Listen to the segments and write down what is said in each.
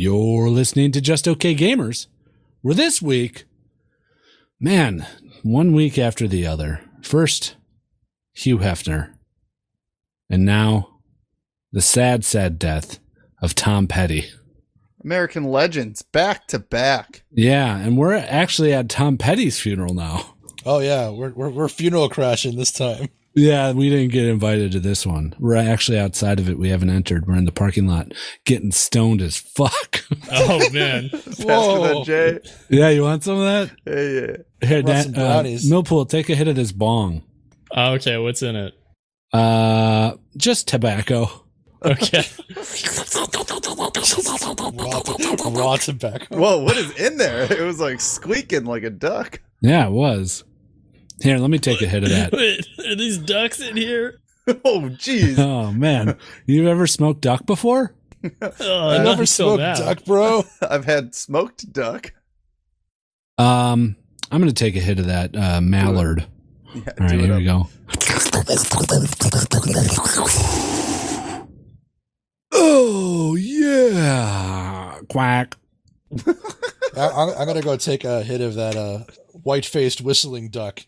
You're listening to Just Okay Gamers. We're this week, man, one week after the other. First, Hugh Hefner. And now, the sad, sad death of Tom Petty. American legends back to back. Yeah, and we're actually at Tom Petty's funeral now. Oh yeah, we're we're, we're funeral crashing this time. Yeah, we didn't get invited to this one. We're actually outside of it. We haven't entered. We're in the parking lot getting stoned as fuck. Oh man, Faster than Jay. yeah, you want some of that? Yeah, yeah. Here, want that, some uh, brownies? Millpool, take a hit of this bong. Ah, okay, what's in it? Uh, just tobacco. Okay, Raw, to- raw tobacco. Whoa, what is in there? It was like squeaking like a duck. Yeah, it was. Here, let me take a hit of that. wait, are these ducks in here? Oh, jeez. Oh man, you ever smoked duck before? Oh, I not never so smoked bad. duck, bro. I've had smoked duck. Um, I'm gonna take a hit of that uh, mallard. Yeah, All right, do it here up. we go. Oh yeah, quack. I, I'm, I'm gonna go take a hit of that uh, white-faced whistling duck.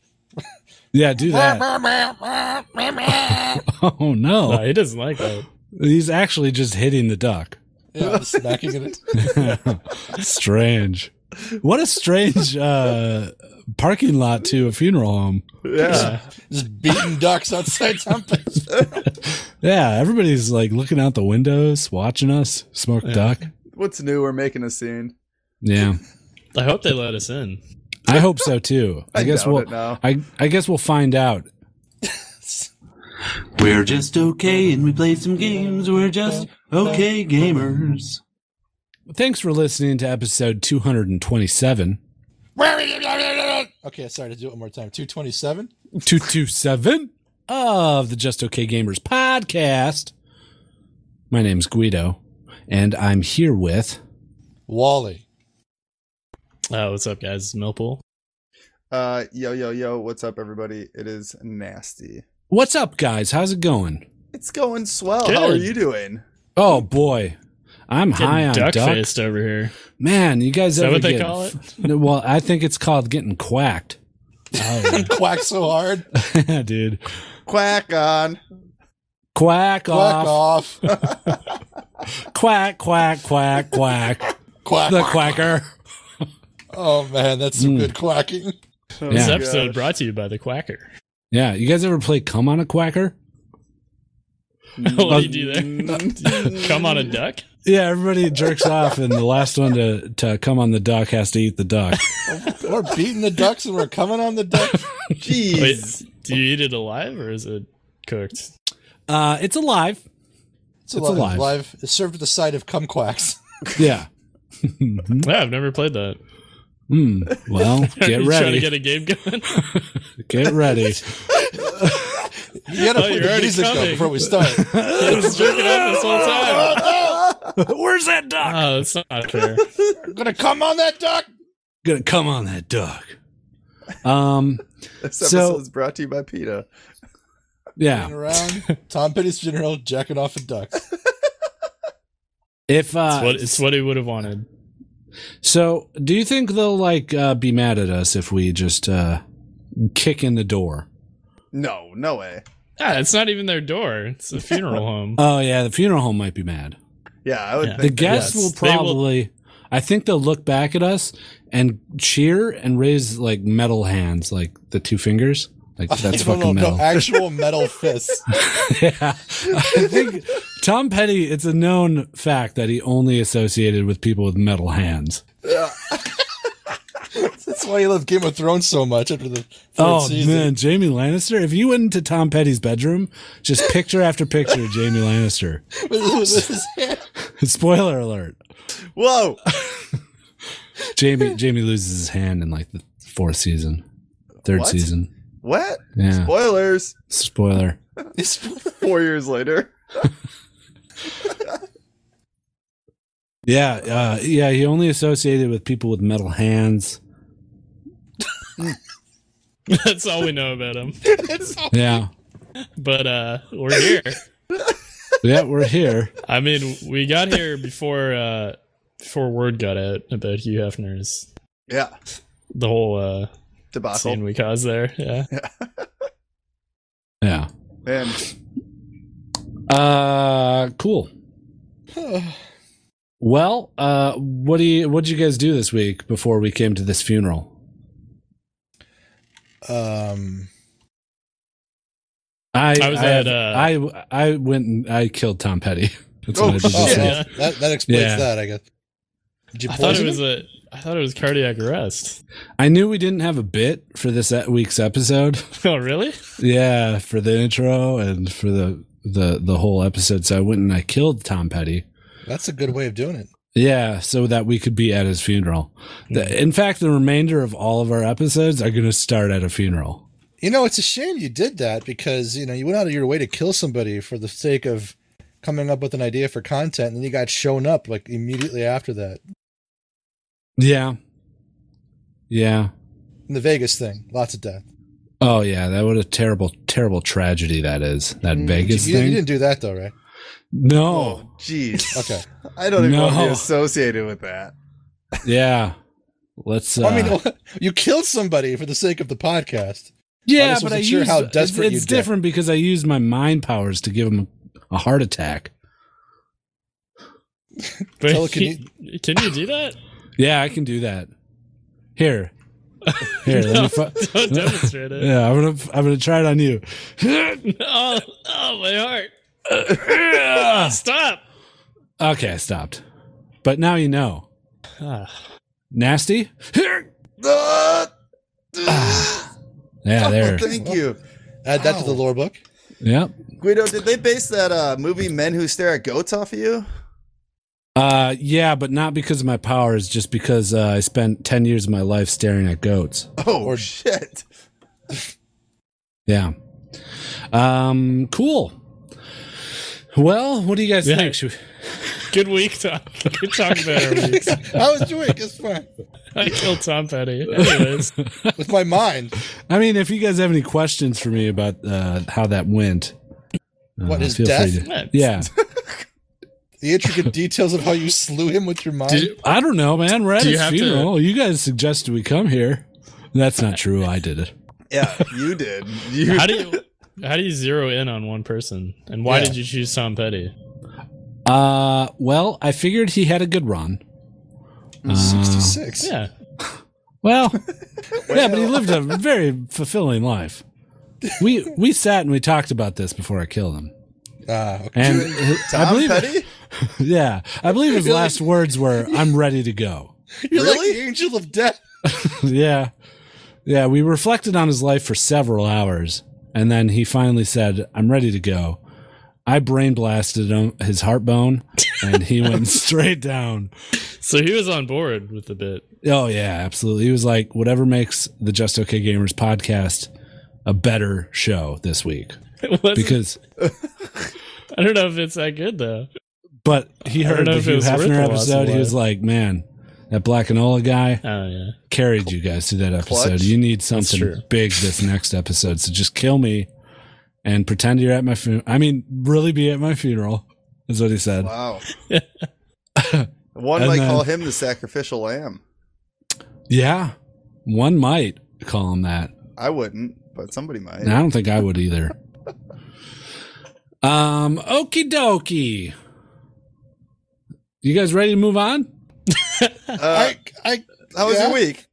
Yeah, do that. oh No, no, he doesn't like that. he's actually just hitting the duck. Yeah, just smacking it. strange. What a strange uh, parking lot to a funeral home. Uh, Yeah. Just beating ducks outside Tempest. Yeah, everybody's like looking out the windows, watching us smoke Yeah. duck. What's new? We're making a scene. Yeah, I hope they let us in. I hope so too. I, I, guess doubt we'll. it now. I I guess we'll find out. We're just okay and we play some games. We're just okay gamers. Thanks for listening to episode 227. Okay, sorry to do it one more time. Two twenty-seven. 227 of the Just Okay Gamers podcast. My name's Guido, and I'm here with. Wally. Oh, what's up, guys? It's Millpool. Uh, yo, yo, yo. What's up, everybody? It is nasty. What's up, guys? How's it going? It's going swell. How are Good. you doing? Oh, boy. I'm high on duck. duck, faced over here. Man, you guys Is that ever what they get- call it? No, Well, I think it's called getting quacked. Oh, Quack so hard. Dude. Quack on. Quack, Quack off. off. Quack, quack, quack, quack. Quack. the quacker. Oh man, that's some good quacking. Oh, Yeah. This my episode gosh. brought to you by the Quacker. Yeah, you guys ever play Come on a Quacker? what do you do there? Come on a duck? Yeah, everybody jerks off, and the last one to, to come on the duck has to eat the duck. We're beating the ducks and we're coming on the duck. Jeez. Wait, do you eat it alive or is it cooked? Uh, it's alive. It's, It's alive. alive. live. It's served with the side of kumquats. Yeah. Yeah, I've never played that. Hmm. Well, Are get you Trying to ready. get a game going. Get ready. You gotta Oh, put you're the already music up coming. before we start. I was jerking off this whole time. Where's that duck? Oh, that's not fair. I'm gonna come on that duck. Gonna come on that duck. Um. This So- episode is brought to you by PETA. Yeah. Around Tom Petty's funeral, jacking off a duck. If uh. It's what, it's what he would have wanted. So, do you think they'll like uh, be mad at us if we just uh kick in the door? No, no way. Yeah, it's not even their door. It's a funeral home. Oh yeah, the funeral home might be mad. Yeah, I would Yeah. The think. guests Yes, will they will- probably. I think they'll look back at us and cheer and raise like metal hands, like the two fingers. Like that's No, no, fucking metal. No, actual metal fists. yeah. I think Tom Petty, it's a known fact that he only associated with people with metal hands. That's why you love Game of Thrones so much after the third Oh season. man, Jamie Lannister. If you went into Tom Petty's bedroom, just picture after picture of Jamie Lannister. With his hand. Spoiler alert. Whoa. Jamie Jamie loses his hand in like the fourth season. Third What? season. What? Yeah. Spoilers. Spoiler. It's- Four years later. Yeah, uh, yeah, he only associated with people with metal hands. That's all we know about him. Yeah. But uh, we're here. Yeah, we're here. I mean, we got here before uh, before word got out about Hugh Hefner's Yeah. the whole uh, scene Debacle. we caused there. Yeah, Yeah. Man, Uh, cool. Well, uh, what do you what did you guys do this week before we came to this funeral? um, I I was I, at, uh, I I went and I killed Tom Petty. That's Oh, what I did oh, this shit. week. well, that that explains Yeah. that, I guess. Did you I thought it poison was a. I thought it was cardiac arrest. I knew we didn't have a bit for this e- week's episode. Oh, really? Yeah, for the intro and for the the the whole episode. So I went and I killed Tom Petty. That's a good way of doing it. Yeah, so that we could be at his funeral. The, in fact, the remainder of all of our episodes are going to start at a funeral. You know, it's a shame you did that because you know you went out of your way to kill somebody for the sake of coming up with an idea for content, and then you got shown up like immediately after that. Yeah. Yeah. In the Vegas thing, lots of death. Oh yeah, that would a terrible, terrible tragedy that is. That Mm, Vegas you, Oh. you thing. didn't do that though, right? no. oh, jeez. Okay. I don't even want to Oh. No. be associated with that. Yeah. Let's. Uh, I mean, you killed somebody for the sake of the podcast. I yeah, just but I wasn't sure used. how it's- desperate it's you'd get. different because I used my mind powers to give him a heart attack. But Tell, can he- can you do that? Yeah, I can do that. Here, here. let me fu- Don't demonstrate it. yeah, I'm gonna. I'm gonna try it on you. Oh, oh, my heart! Stop! Okay, I stopped. But now you know. Ah, Nasty. Ah! Yeah, there. Thank you. Add that to the lore book. Yep. Guido, did they base that uh, movie Men Who Stare at Goats off of you? Uh, yeah, but not because of my powers, just because uh, I spent 10 years of my life staring at goats. Oh, Or- shit. Yeah. Um, cool. Well, what do you guys Yeah. think? Should we- Good week talk. Good talk about our weeks. I was doing it's fine I killed Tom Petty. Anyways, with my mind. I mean, if you guys have any questions for me about uh, how that went, uh, What is feel free to- death? yeah. The intricate details of how you slew him with your mind. Did- I don't know, man. We're at Do you his have to- funeral. You guys suggested we come here. That's not true. I did it. Yeah, you did. You how do you how do you zero in on one person? And why Yeah. did you choose Tom Petty? Uh, well, I figured he had a good run. Uh, Sixty-six. Yeah, Well, yeah, but he lived a very fulfilling life. We we sat and we talked about this before I killed him, Ah, okay. and I Tom believe, Petty? yeah, I believe his last words were, "I'm ready to go." You're Really? like the angel of death. yeah, yeah. We reflected on his life for several hours, and then he finally said, "I'm ready to go." I brain blasted him, his heart bone, and he went straight down. so he was on board with the bit. Oh yeah, absolutely. He was like, whatever makes the Just Okay Gamers podcast a better show this week It wasn't- because. I don't know if it's that good though. But he I don't heard know the if it Hugh was worth Hefner the loss of episode. He was like, "Man, that Black and Ola guy Oh yeah, carried you guys to that episode. Clutch. You need true. something big this next episode. So just kill me and pretend you're at my funeral. I mean, really be at my funeral." Is what he said. Wow. One And might then- call him the sacrificial lamb. Yeah, one might call him that. I wouldn't, but somebody might. And I don't think I would either. um, okie dokie. You guys ready to move on? Uh, I, I, how was yeah. your week?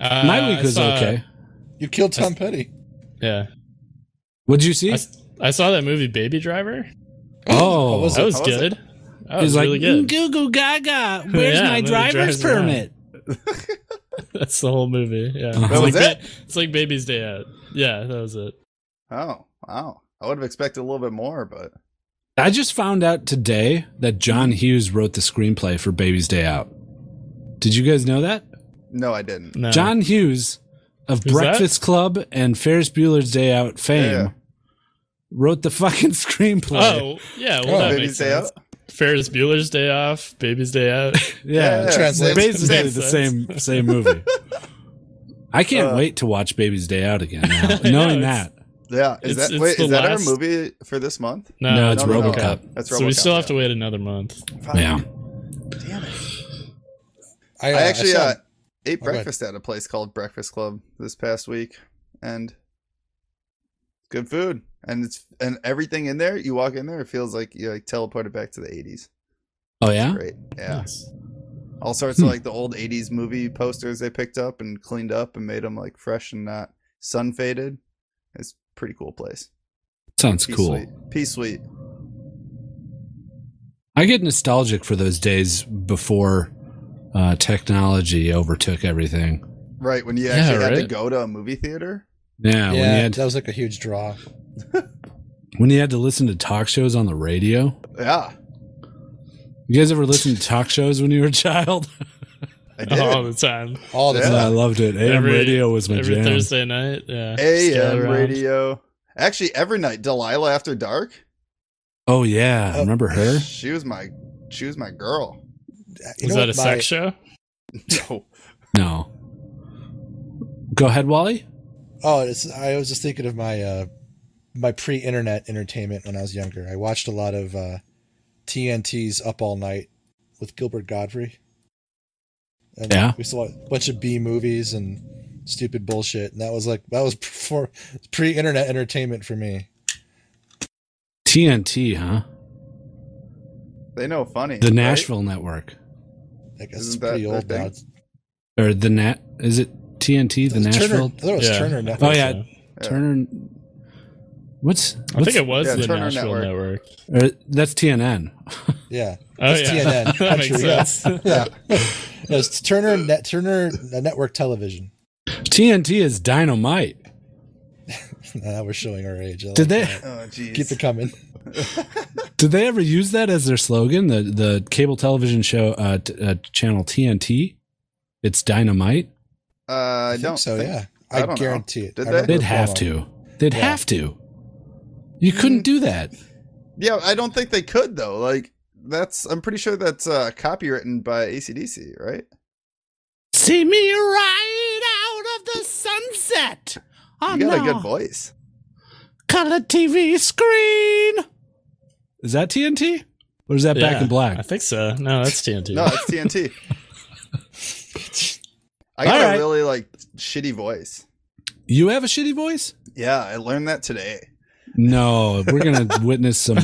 uh, my week I was saw- okay. you killed Tom Petty. Yeah, What'd you see? I, s- I saw that movie Baby Driver. oh, How was That was How was it? good. That was He's really like, good. "Mm, Goo Goo Gaga, where's Yeah, my and then he driver's drives around. permit? That's the whole movie. Yeah, That it's was like it? ba- it's like Baby's Day Out. Yeah, that was it. Oh, wow. I would have expected a little bit more, but I just found out today that John Hughes wrote the screenplay for Baby's Day Out. Did you guys know that? no, I didn't. No. John Hughes of Uh, Who's Breakfast Club and Ferris Bueller's Day Out fame Yeah. wrote the fucking screenplay. Oh yeah, well Oh, that Baby makes Day sense. Out? Ferris Bueller's Day Off, Baby's Day Out. yeah. translates. basically Makes the sense. same same movie. I can't Uh, wait to watch Baby's Day Out again. Now, I know, knowing it's- that, Yeah. Is It's- that it's wait, the is that last- our movie for this month? no, it's no, no. RoboCop. That's so we RoboCop, still have yeah. to wait another month. Fuck. Yeah. Damn it. I, uh, I actually saw- uh, ate Oh, go ahead. breakfast at a place called Breakfast Club this past week, and good food, and it's and everything in there. You walk in there, it feels like you like teleported back to the '80s. Oh yeah. Great, yeah. All sorts Hmm. of like the old '80s movie posters they picked up and cleaned up and made them like fresh and not sun faded. It's a pretty cool place. Sounds P cool. Suite. P Suite. I get nostalgic for those days before uh, technology overtook everything. Right when you Yeah, actually had to right. go to a movie theater. Yeah, when you yeah, had that was like a huge draw. when you had to listen to talk shows on the radio. Yeah, You guys ever listened to talk shows when you were a child? I did. all the time. All the Yeah. I time. loved it. AM Every- radio was my Every jam. Thursday night. Yeah. AM Scout around. radio. Actually, every night, Delilah after dark. Oh yeah, Oh. remember her? She was my she was my girl. You know Was that a what my- sex show? No. No. Go ahead, Wally. Oh, it's, I was just thinking of my uh, my pre-internet entertainment when I was younger. I watched a lot of uh, TNT's Up All Night with Gilbert Godfrey. And Yeah. we saw a bunch of B movies and stupid bullshit, and that was like that was before pre-internet entertainment for me. TNT, huh? They know funny. The right? Nashville Network I guess it's Isn't that pretty their old thing? now. It's- or the Nat? Is it TNT? The it's Turner, Nashville I thought it was Yeah. Turner I Network. Oh, think yeah. so. Yeah. Turner. What's, I think what's- it was Yeah, the Turner Nashville Network. Network. or that's TNN. Yeah, Oh That's yeah, TNN. that makes Country, yeah. sense. yeah. no, it's Turner Net Turner uh, Network Television. TNT is dynamite. now we're showing our age. I Did like they- that. Oh jeez. keep it coming? Did they ever use that as their slogan? The the cable television show uh, t- uh, channel TNT. It's dynamite. Uh, I, think don't. so. think- yeah, I I, don't know. guarantee it. Did I they? They'd remember have promo. to. They'd Yeah. have to. You Mm. couldn't do that. Yeah, I don't think they could though. Like that's. I'm pretty sure that's uh, copywritten by ACDC, right? See me ride out of the sunset You on got a the good voice. color TV screen. Is that TNT? Or is that Back Yeah, in Black? I think so. No, that's TNT. No, it's TNT. I got Alright. a really like shitty voice. You have a shitty voice? Yeah, I learned that today. No, we're gonna witness some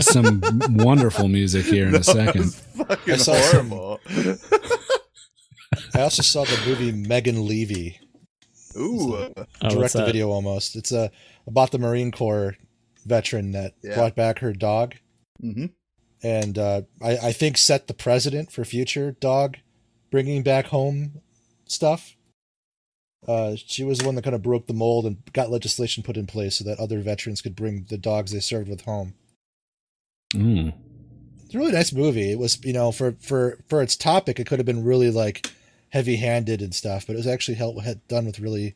some wonderful music here in a It was second. fucking I saw some- horrible. I also saw the movie Megan Levy, Ooh. oh, direct what's to that? video almost. It's uh, about the Marine Corps veteran that Yeah. brought back her dog, Mm-hmm. Mhm. and uh, I, I think set the precedent for future dog bringing back home stuff. Uh, she was the one that kind of broke the mold and got legislation put in place so that other veterans could bring the dogs they served with home. Mm. It's a really nice movie. It was, you know, for for for its topic, it could have been really like heavy-handed and stuff, but it was actually held, had done with really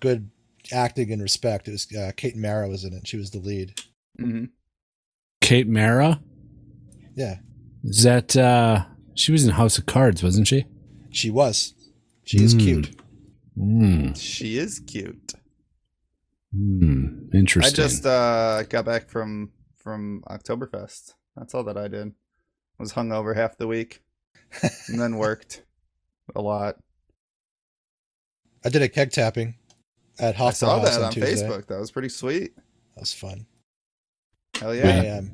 good acting and respect. It was uh, Kate Mara was in it. She was the lead. Mm-hmm. Mhm. Kate Mara? Yeah, Is that uh she was in House of Cards, wasn't she? she was. She is Mm. cute. Mm. She is cute. Mm. I Interesting. just uh, got back from from Oktoberfest. That's all that I did. Was hung over half the week, and then worked a lot. I did a keg tapping at I Hoffman saw House that on Tuesday. Facebook. That was pretty sweet. That was fun. Hell Yeah. yeah! I, um,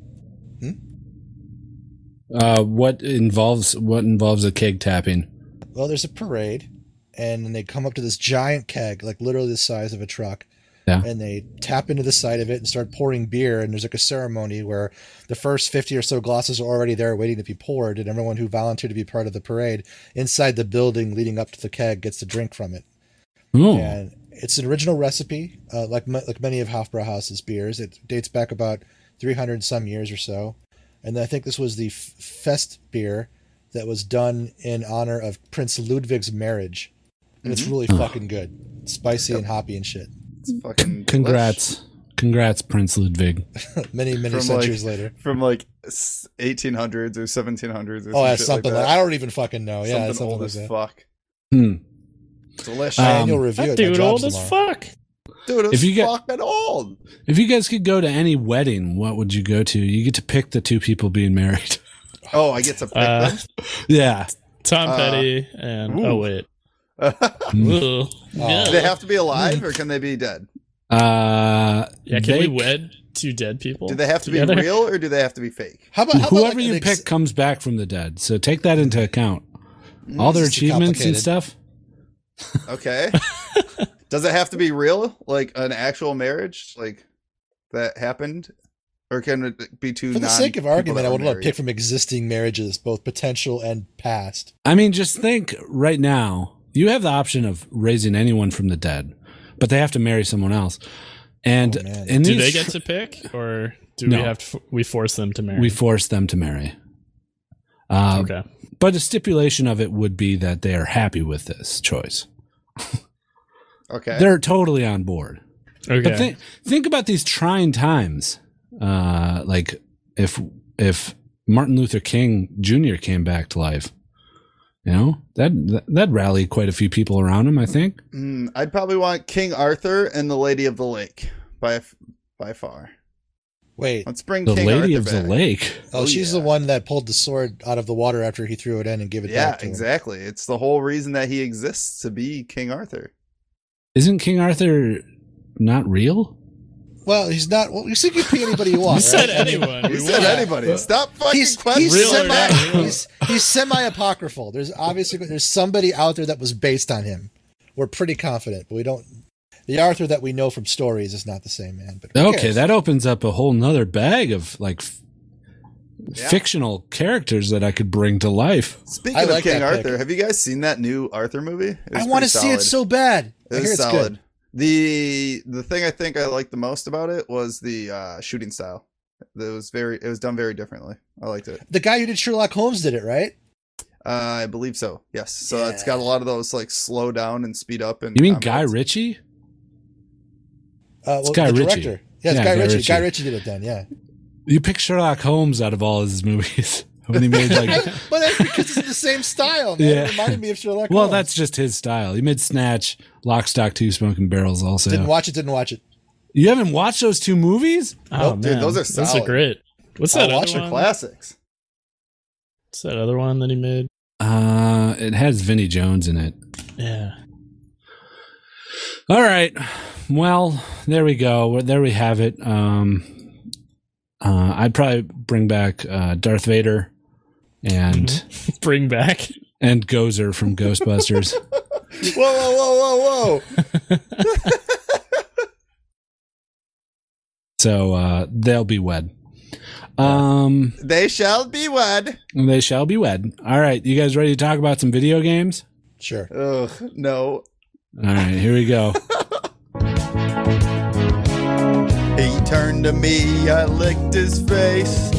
uh what involves what involves a keg tapping? well, there's a parade, and then they come up to this giant keg, like literally the size of a truck. Yeah. And they tap into the side of it and start pouring beer. And there's like a ceremony where the first 50 or so glasses are already there waiting to be poured. And everyone who volunteered to be part of the parade inside the building leading up to the keg gets to drink from it. Oh. Hmm. And it's an original recipe, uh, like m- like many of Hofbrauhaus's beers. It dates back about 300 some years or so. And I think this was the f- fest beer that was done in honor of Prince Ludwig's marriage. And Mm-hmm. it's really fucking good. Spicy and hoppy and shit. It's fucking Congrats. Congrats, Prince Ludwig. many, many From, centuries like, later. delish. from like s- 1800s or 1700s or Oh, some yeah, shit something like, like I that. don't even fucking know. Yeah, something, something, old like as that. fuck. Hmm. Delicious. Um, My annual review. That at my dude job's old as tomorrow. fuck. Dude, it's if you get- fucking old. If you guys could go to any wedding, what would you go to? You get to pick the two people being married. Oh, I get to pick Uh, Yeah. Tom Uh, Petty and ooh. oh wait, them. Hmm. Ugh. Do they have to be alive Hmm. or can they be dead? Uh, yeah, can they- we wed two dead people? Do they have to be together? real or do they have to be fake? How about how about, Whoever like, you an pick ex- comes back from the dead. So take that into account. All their this is too achievements and complicated. stuff. Okay. Does it have to be real, like an actual marriage, like that happened, or can it be two? For the non- sake of people argument, that I were would love to married? pick from existing marriages, both potential and past. I mean, just think right now, you have the option of raising anyone from the dead, but they have to marry someone else. And Oh, man. in Do these, they get to pick, or do No. we have to? We force them to marry. we force them to marry. Um, okay. But a stipulation of it would be that they are happy with this choice. Okay. They're totally on board. Okay. But think think about these trying times. Uh, like if if Martin Luther King Jr. came back to life, you know that that rally quite a few people around him. I think. Mm, I'd probably want King Arthur and the Lady of the Lake by f- by far. Wait, Let's bring The King Lady Arthur of the back. Lake. oh, Oh, she's yeah. the one that pulled the sword out of the water after he threw it in and gave it Yeah, back. to him. exactly. It's the whole reason that he exists to be King Arthur. Isn't King Arthur not real? Well, he's not. Well, you see, you can pick anybody you we want. said right? I mean, anyone. He we said won. anybody. Stop fucking Uh, He's, questioning. he's, Real or semi, not real. he's, he's semi-apocryphal. There's obviously there's somebody out there that was based on him. We're pretty confident, but we don't. The Arthur that we know from stories is not the same man. But who Okay, cares? that opens up a whole nother bag of like f- Yeah. fictional characters that I could bring to life. Speaking I of like King that pick. Arthur, have you guys seen that new Arthur movie? It was I want pretty to see solid. it so bad. I It hear was it's solid. good. The the thing I think I liked the most about it was the uh, shooting style. It was very it was done very differently. I liked it. The guy who did Sherlock Holmes did it, right? Uh, I believe so. Yes. So it's got a lot of those like slow down and speed up and You mean um, Guy Ritchie? Uh, well, Guy the Ritchie. director. Yeah, it's Yeah, Guy, Guy Ritchie. Ritchie. Guy Ritchie did it then. Yeah, You pick Sherlock Holmes out of all his movies when he made like but that's because it's in the same style. Man. Yeah. It reminded me of Sherlock. Well, Holmes. that's just his style. He made Snatch, Lock, Stock, Two, Smoking Barrels. Also, didn't watch it. Didn't watch it. you haven't watched those two movies? Oh, Nope, man. dude, those are Those solid. are great. What's I'll that watch other it. one? classics. What's that other one that he made? Uh, it has Vinnie Jones in it. Yeah. All right. Well, there we go. Well, There we have it. Um, uh, I'd probably bring back uh, Darth Vader and Mm-hmm. Bring back. and Gozer from Ghostbusters. Whoa, whoa, whoa, whoa, whoa! so uh, they'll be wed. Um, they shall be wed. they shall be wed. All right, you guys ready to talk about some video games? Sure. Ugh, no. All right, here we go. He turned to me, I licked his face.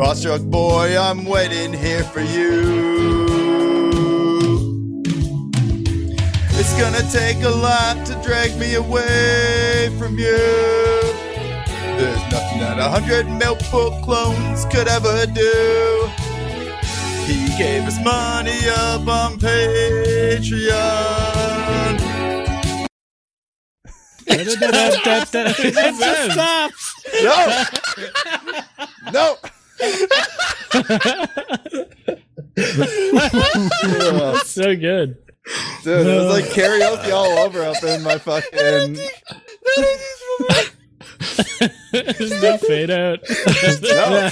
Awestruck boy, I'm waiting here for you. It's gonna take a lot to drag me away from you. There's nothing that a hundred milkbook clones could ever do. He gave us money up on Patreon. No. no. Dude, That's so good. it was like karaoke all over up in my fucking. There's no fade out. No,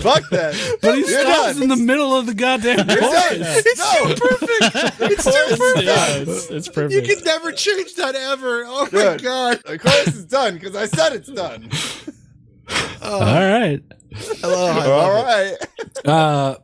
fuck that. But he You're stops done. in the middle of the goddamn You're done. chorus. no, perfect. The chorus is yeah, done. it's, it's perfect. never change that ever. Oh Good. god. The chorus is done because I said it's done. All right. All right. Uh,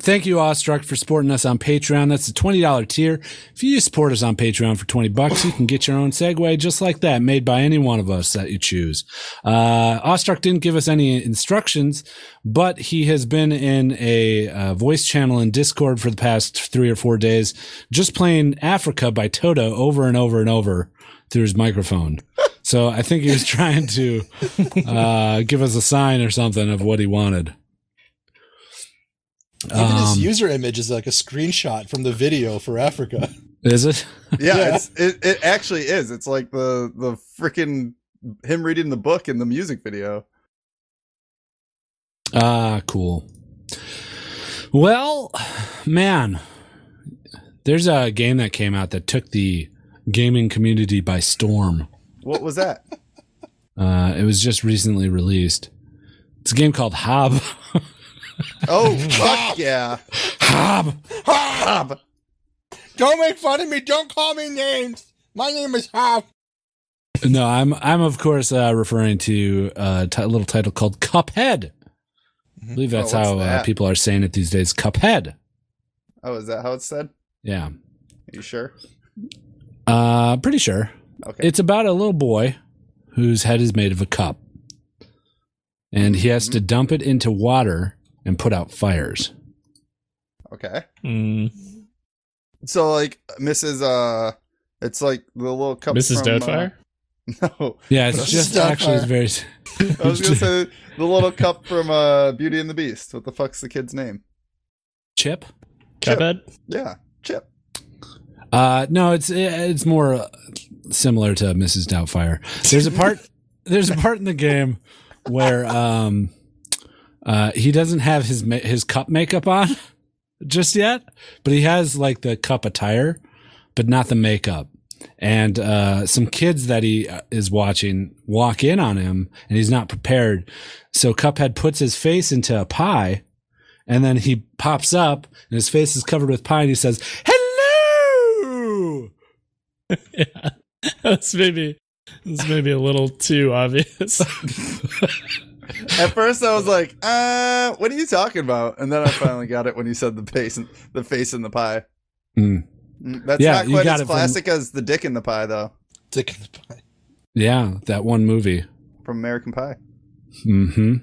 thank you, Awestruck, for supporting us on Patreon. That's the twenty dollar tier. If you support us on Patreon for twenty bucks, you can get your own segue just like that, made by any one of us that you choose. Uh, Awestruck didn't give us any instructions, but he has been in a uh, voice channel in Discord for the past three or four days, just playing "Africa" by Toto over and over and over through his microphone. So I think he was trying to uh, give us a sign or something of what he wanted. Even his Um, user image is like a screenshot from the video for Africa. Is it? Yeah, Yeah. It's, it it actually is. It's like the the freaking him reading the book in the music video. Ah, cool. Well, man, there's a game that came out that took the gaming community by storm. What was that? Uh, it was just recently released. It's a game called Hob. Oh, fuck yeah. Hob. Hob. Don't make fun of me. Don't call me names. My name is Hop. No, I'm I'm of course uh, referring to uh, ti- a little title called Cuphead. I believe that's Oh, what's how Uh, that? people are saying it these days. Cuphead. Oh, is that how it's said? Yeah. Are you sure? Uh, pretty sure. Okay. It's about a little boy whose head is made of a cup. And he has Mm-hmm. to dump it into water and put out fires. Okay. Mm, So, like, Mrs. Uh, it's like the little cup. Mrs. from, Doubtfire. Uh, no, Yeah, it's just Stuck actually fire. very. I was gonna say the little cup from uh Beauty and the Beast. What the fuck's the kid's name? Chip? Chip. Cuphead. Yeah, Chip. Uh, no, it's it's more uh, similar to Mrs. Doubtfire. There's a part there's a part in the game where um, uh, he doesn't have his ma- his cup makeup on just yet, but he has like the cup attire, but not the makeup. And uh, some kids that he uh, is watching walk in on him, and he's not prepared. So Cuphead puts his face into a pie, and then he pops up, and his face is covered with pie, and he says, "Hello." Yeah, that's maybe that's maybe a little too obvious. At first, I was like, "Uh, what are you talking about?" And then I finally got it when you said the face, in, the face in the pie. Mm. Mm, That's Yeah, not you quite got as it from- classic as the dick in the pie, though, Dick in the pie. Yeah, that one movie. from American Pie. Mm-hmm.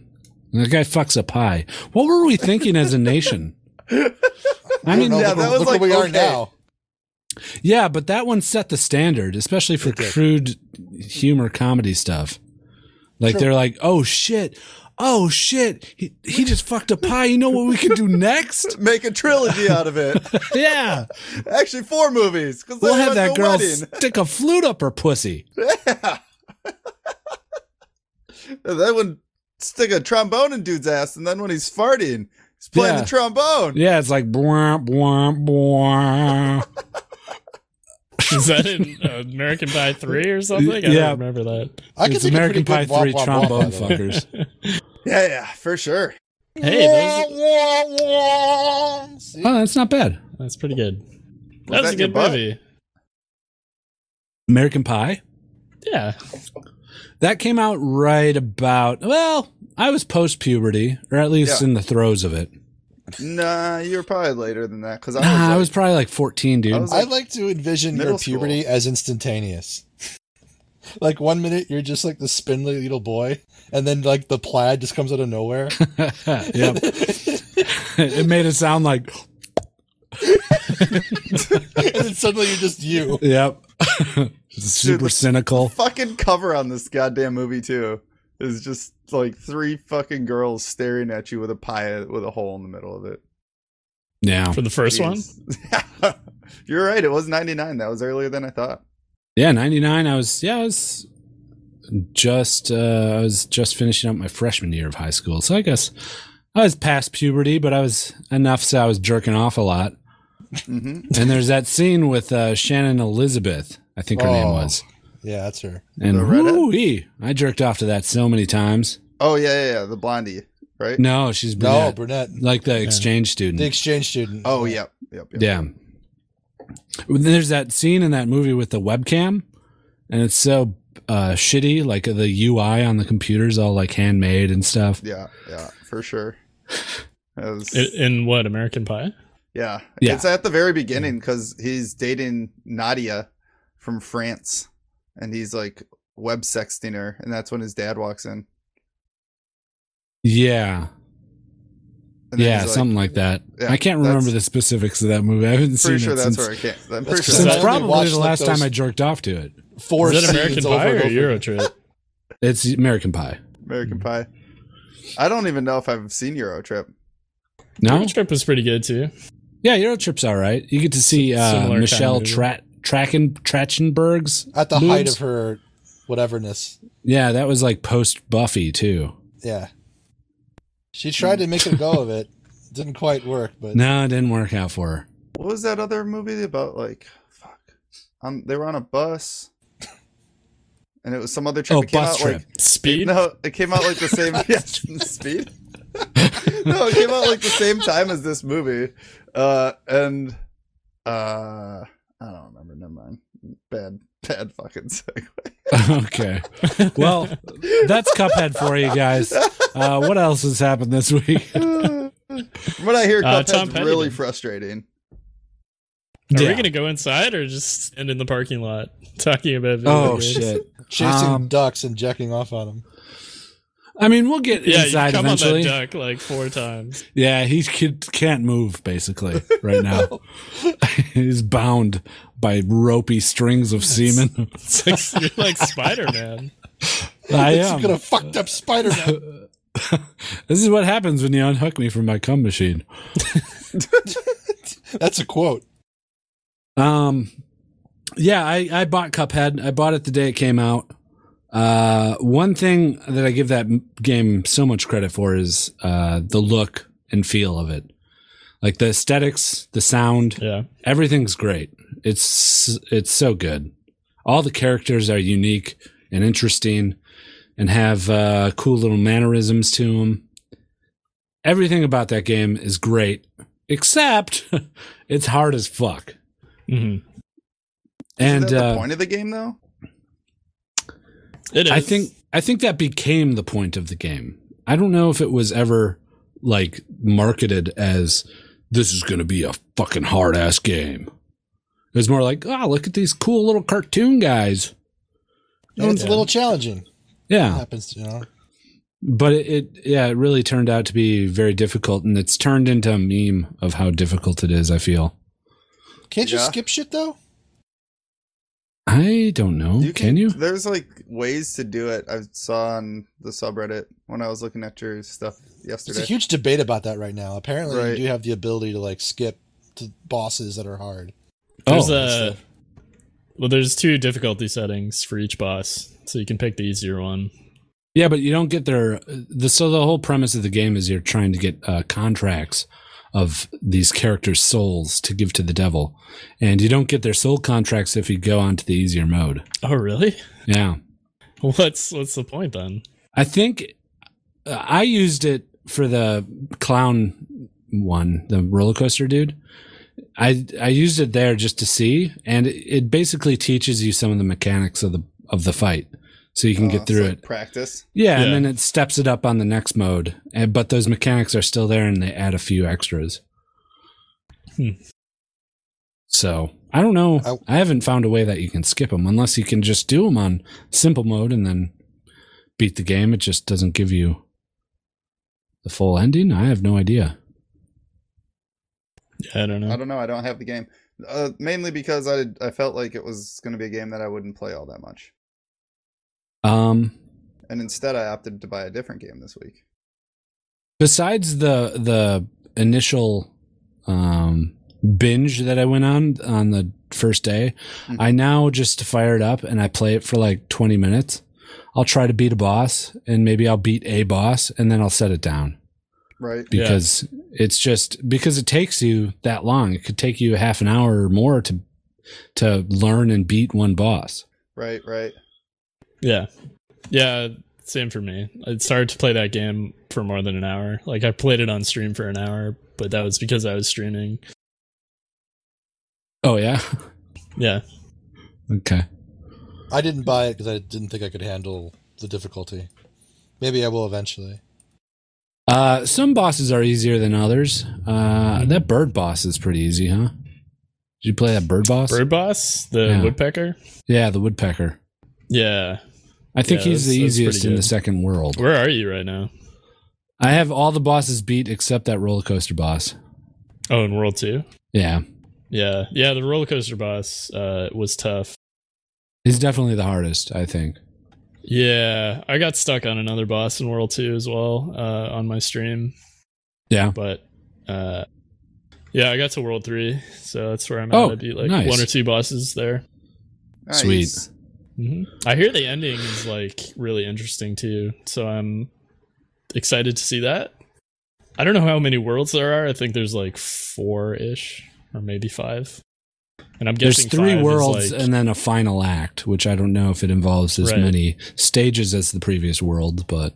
That guy fucks a pie. What were we thinking as a nation? I mean, No, Yeah, that look, where- was look where like, we are okay. now. yeah, but that one set the standard, especially for crude humor comedy stuff. Like True. they're like, "Oh shit, oh shit, he he just fucked a pie. You know what we could do next? Make a trilogy out of it. Yeah, Actually, four movies. Cause we'll then have there's that a girl wedding. stick a flute up her pussy." That one uh, stick a trombone in dude's ass, and then when he's farting, he's playing Yeah. the trombone. Yeah, it's like blah blah blah. Is that in uh, American Pie three or something? I Yeah. don't remember that. I can It's think American of pretty Pie good wah, Three wah, wah, by trombone the way. fuckers. Yeah, yeah, for sure. Hey, those, Wah, wah, wah. See? Oh, that's not bad. that's pretty good. Was That was that a your good butt? movie. American Pie. Yeah, That came out right about, well, I was post puberty, or at least Yeah. in the throes of it. Nah, you were probably later than that. Cause I was, Nah, I like- was probably like 14, dude. I was- I like to envision your Middle school. puberty as instantaneous. like one minute you're just like the spindly little boy, and then like the plaid just comes out of nowhere. yep. it made it sound like, and then suddenly you're just you. yep. Super the- cynical. fucking cover on this goddamn movie too is just like three fucking girls staring at you with a pie with a hole in the middle of it. Yeah. for the first one. one? You're right. It was 99. That was earlier than I thought. Yeah, 99. I was, yeah, I was just, uh, I was just finishing up my freshman year of high school. So I guess I was past puberty, but I was enough so I was jerking off a lot. hmm And there's that scene with uh, Shannon Elizabeth, I think her name Oh. was. Yeah, that's her. And The redhead? woo-wee, I jerked off to that so many times. Oh yeah, yeah, yeah. The blondie, right? No, she's No, brunette, brunette. like the exchange student. The exchange student. Oh yep, yep, yep. yeah. There's that scene in that movie with the webcam, and it's so uh, shitty. Like the UI on the computer's all like handmade and stuff. yeah, yeah, for sure. That was- In, in what American Pie? yeah. Yeah. it's at the very beginning because he's dating Nadia from France, and he's like web sexting her, and that's when his dad walks in. Yeah, And then yeah, he's like- something like that. Yeah, I can't that's- remember the specifics of that movie. I haven't seen Pretty it sure that's since, where I came. I'm That's pretty sure. because since I only probably watched, the like, last time those- I jerked off to it. four Is that American scenes Pie over and or over. Eurotrip? It's American Pie. American Pie. I don't even know if I've seen Euro Trip. No, Eurotrip was pretty good too. Yeah, Eurotrip's all right. You get to see S- similar uh, kind of Michelle movie. Tra- Traken Trachtenberg's At the height boobs. of her whateverness. Yeah, that was like post Buffy too. Yeah. She tried to make a go of it, didn't quite work, but No, it didn't work out for her. What was that other movie about? Like, fuck. Um, they were on a bus, and it was some other trip. Oh, It came bus out, trip. Like, Speed. No, it came out like the same yes, speed. no, it came out like the same time as this movie, uh, and uh, I don't remember. Never mind. Bad, bad fucking segue. okay. Well, that's Cuphead for you guys. Uh, what else has happened this week? From what I hear, Uh, Cuphead's Tom Petty really did. frustrating. Are Yeah. we gonna go inside or just stand in the parking lot talking about? Video Oh games? shit! chasing Um, ducks and jacking off on them. I mean, we'll get Yeah, you inside come eventually. on that duck like four times. Yeah, he can, can't move basically right now. He's bound by ropey strings of semen. It's like, you're like Spider Man. I It's am. gonna fucked up Spider Man. This is what happens when you unhook me from my cum machine. That's a quote. Um, yeah, I, I bought Cuphead. I bought it the day it came out. Uh, one thing that I give that m- game so much credit for is uh, the look and feel of it. Like the aesthetics, the sound, Yeah. everything's great. It's it's so good. All the characters are unique and interesting, and have uh, cool little mannerisms to them. Everything about that game is great, except it's hard as fuck. hmm And Is that the uh, point of the game, though? It is. I think I think that became the point of the game. I don't know if it was ever like marketed as this is going to be a fucking hard ass game. It was more like, oh, look at these cool little cartoon guys. And it's a little challenging. Yeah, Happens, you know. but it, it yeah, it really turned out to be very difficult, and it's turned into a meme of how difficult it is. I feel. Can't you Yeah. skip shit though? I don't know. can, you? There's like ways to do it. I saw on the subreddit when I was looking at your stuff There's a yesterday. huge debate about that right now. Apparently, Right. you do have the ability to like skip to bosses that are hard. there's oh, a well, there's two difficulty settings for each boss, so you can pick the easier one. Yeah, but you don't get their. The, so the whole premise of the game is you're trying to get uh, contracts of these characters' souls to give to the devil, and you don't get their soul contracts if you go onto the easier mode. Oh, really? Yeah, What's what's the point then? I think uh, I used it for the clown one, the roller coaster dude. I I used it there just to see, and it, it basically teaches you some of the mechanics of the of the fight, so you can Oh, get it's through like it. Practice. Yeah, and Yeah. then it steps it up on the next mode, and, but those mechanics are still there, and they add a few extras. Hmm. So I don't know. I- I, haven't found a way that you can skip them unless you can just do them on simple mode and then beat the game. It just doesn't give you the full ending. I have no idea. Yeah, I don't know. I don't know. I don't have the game. Uh, mainly because I I felt like it was going to be a game that I wouldn't play all that much, Um, and instead I opted to buy a different game this week. besides the the initial um binge that I went on on the first day, Mhm. I now just fire it up and I play it for like 20 minutes. I'll try to beat a boss and maybe I'll beat a boss and then I'll set it down Right. Yeah. because it's just because it takes you that long. It could take you half an hour or more to to learn and beat one boss. Right. Right. Yeah. Yeah, same for me. It started to play that game for more than an hour. Like I played it on stream for an hour, but that was because I was streaming. Oh yeah. Yeah. Okay. I didn't buy it because I didn't think I could handle the difficulty. Maybe I will eventually. Uh, some bosses are easier than others. Hmm. Uh, that bird boss is pretty easy, huh? Did you play that bird boss? Bird Boss, the Yeah. woodpecker. Yeah, the woodpecker. Yeah. I think Yeah, he's the that's- that's easiest pretty in the good. second world. Where are you right now? I have all the bosses beat except that roller coaster boss. Oh, in World 2? Yeah, Yeah. Yeah, the roller coaster boss uh, was tough. he's definitely the hardest, I think. Yeah. I got stuck on another boss in World 2 as well uh, on my stream, Yeah. but uh, yeah, I got to World 3. So that's where I'm at. Oh, I beat like nice. one or two bosses there. Sweet. hmm Mm-hmm. I hear the ending is like really interesting too, so I'm excited to see that. I don't know how many worlds there are. I think there's like four ish or maybe five. And I'm There's guessing three five is, worlds like- and then a final act, which I don't know if it involves as Right. many stages as the previous world, but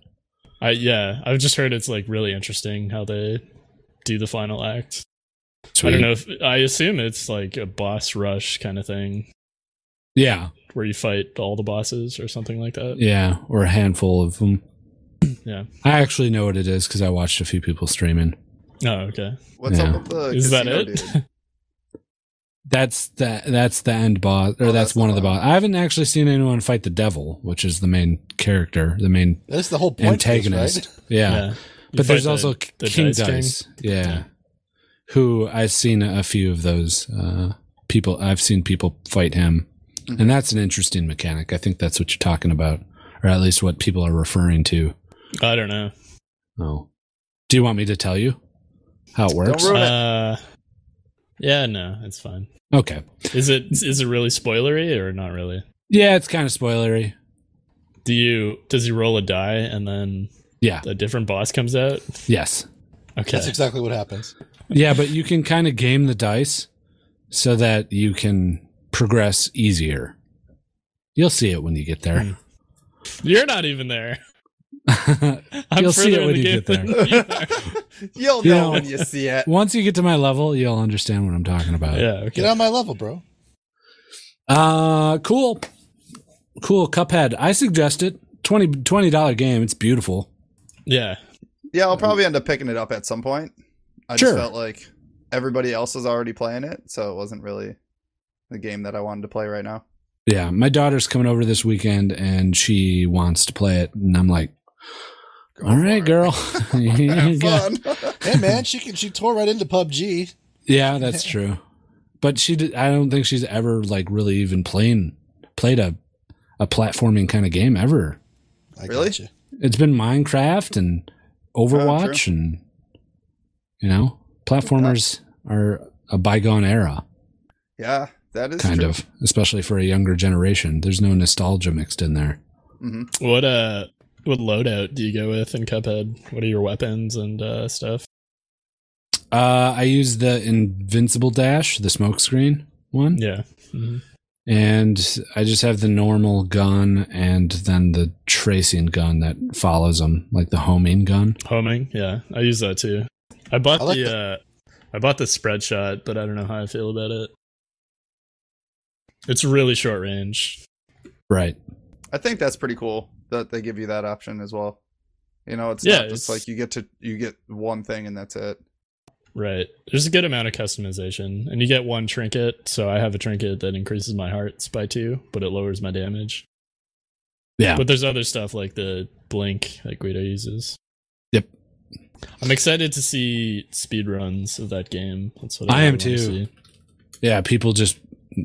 I yeah, I've just heard it's like really interesting how they do the final act. I don't know if I assume it's like a boss rush kind of thing Yeah, where you fight all the bosses or something like that. yeah, or a handful of them. Yeah. I actually know what it is because I watched a few people streaming. Oh, okay. What's Yeah. up with the Is that casino it? dude? That's that. That's the end boss, or Oh, that's, that's one the of the boss. boss. I haven't actually seen anyone fight the devil, which is the main character, the main That's the whole point. Antagonist. antagonist. Yeah. You but fight there's the- also King Dice Dice, King? Yeah. Yeah. who I've seen a few of those uh, people. I've seen people fight him, Mm-hmm. and that's an interesting mechanic. I think that's what you're talking about, or at least what people are referring to. I don't know. Oh, do you want me to tell you how it works? ruin- Ruin it. Uh, yeah, no, it's fine. Okay. Is it is it really spoilery or not really? Yeah, it's kind of spoilery. Do you does he roll a die and then Yeah. a different boss comes out? Yes. Okay. That's exactly what happens. Yeah, but you can kind of game the dice so that you can progress easier. You'll see it when you get there. You're not even there. Hmm. I'm You'll further see it in when the you game get there. than you are. You'll You know know- when you see it. Once you get to my level, you'll understand what I'm talking about. yeah. Get Okay. on my level, bro. Uh, cool. Cool. Cuphead. I suggest it. 20 $20 game. It's beautiful. Yeah. Yeah, I'll probably end up picking it up at some point. I Sure. just felt like everybody else is already playing it, so it wasn't really the game that I wanted to play right now. Yeah. My daughter's coming over this weekend and she wants to play it. And I'm like, Go all for right, it. girl. Have You got- fun. Hey man, she can she tore right into PUBG. Yeah, that's true. But she, did, I don't think she's ever like really even playing played a a platforming kind of game ever. I Really? gotcha. It's been Minecraft and Oh, Overwatch, and you know, platformers are a bygone era, yeah, that is kind true. of, especially for a younger generation. There's no nostalgia mixed in there. hmm What uh what loadout do you go with in Cuphead? What are your weapons and uh stuff? Uh, I use the invincible dash, the smoke screen one. Yeah. Mm. Mhm. and I just have the normal gun and then the tracing gun that follows them, like the homing gun. Homing. Yeah. I use that too. I bought I like the uh I bought the spread shot, but I don't know how I feel about it. It's really short range. Right. I think that's pretty cool that they give you that option as well. You know, it's Yeah, not just it's- like you get to you get one thing and that's it. Right. There's a good amount of customization. And you get one trinket, so I have a trinket that increases my hearts by two, but it lowers my damage. Yeah. But there's other stuff like the blink that Guido uses. Yep. I'm excited to see speedruns of that game. That's what I I, am wanna too. see. Yeah. People just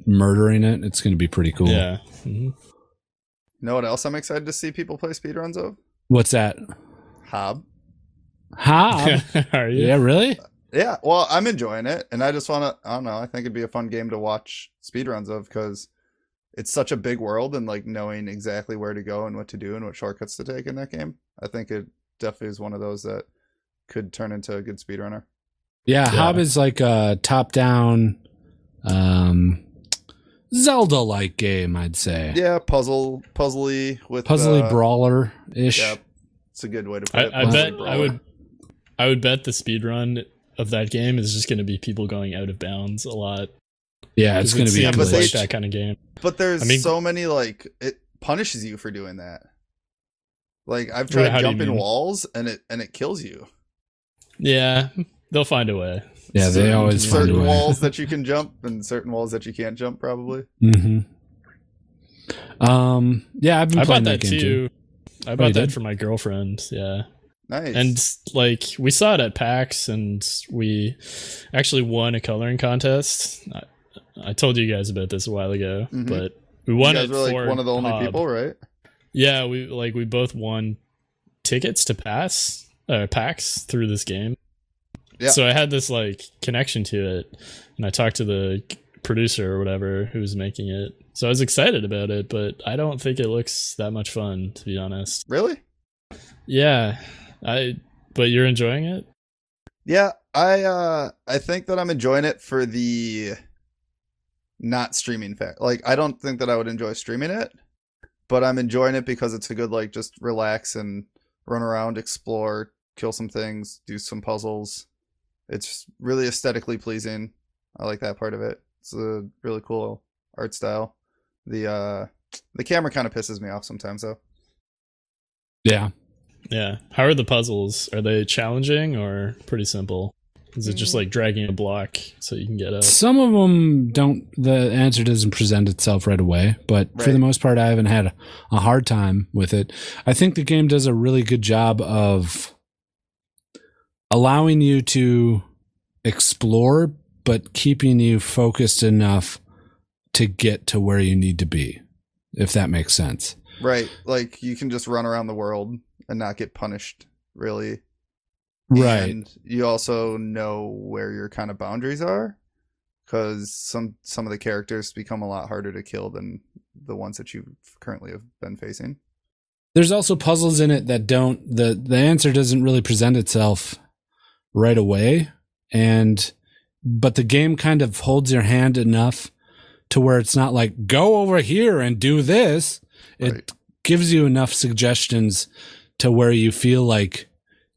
murdering it. It's going to be pretty cool. Yeah. Mhm. You know what else I'm excited to see people play speedruns of? What's that? Hob. Ha. Are you? Um, yeah. Really? Yeah, well, I'm enjoying it, and I just want to. I don't know. I think it'd be a fun game to watch speedruns of because it's such a big world, and like knowing exactly where to go and what to do and what shortcuts to take in that game. I think it definitely is one of those that could turn into a good speedrunner. Yeah. Hob is like a top down, um, Zelda like game, I'd say. Yeah, puzzle, puzzly with Puzzly uh, brawler ish. Yeah, it's a good way to put I, it. I puzzly bet I brawler. would I would bet the speedrun of that game is just gonna be people going out of bounds a lot. Yeah. It's 'Cause going to it be seems but they- like glitched. that kind of game. But there's I mean- so many like it punishes you for doing that. Like I've Wait, tried how do you jumping mean? walls, and it and it kills you. Yeah. They'll find a way. Yeah. They certain- always find a certain way. walls that you can jump and certain walls that you can't jump probably hmm Um. Yeah, I've been I playing bought that, game Oh, too. I you bought that did? for my girlfriend. Yeah. nice And like we saw it at PAX and we actually won a coloring contest. I, I told you guys about this a while ago, Mm-hmm. Mhm. but we you won guys it were like for one of the only Hob. people right Yeah, we like we both won tickets to pass uh, packs through this game. Yeah. So I had this like connection to it, and I talked to the producer or whatever who was making it. So I was excited about it, but I don't think it looks that much fun to be honest. really Yeah, I. But you're enjoying it. Yeah, I uh I think that I'm enjoying it for the not streaming fact. Like I don't think that I would enjoy streaming it, but I'm enjoying it because it's a good like just relax and run around, explore, kill some things, do some puzzles. It's really aesthetically pleasing. I like that part of it. It's a really cool art style. The uh the camera kind of pisses me off sometimes though. Yeah. Yeah. How are the puzzles? Are they challenging or pretty simple? Is it Mm. just like dragging a block so you can get up? Some of them don't, the answer doesn't present itself right away, but for Right. the most part, I haven't had a, a hard time with it. I think the game does a really good job of allowing you to explore, but keeping you focused enough to get to where you need to be, if that makes sense. Right. Like you can just run around the world and not get punished really. And you also know where your kind of boundaries are because some some of the characters become a lot harder to kill than the ones that you currently have been facing. there's also puzzles in it that don't the the answer doesn't really present itself right away and but the game kind of holds your hand enough to where it's not like go over here and do this it Right. gives you enough suggestions to where you feel like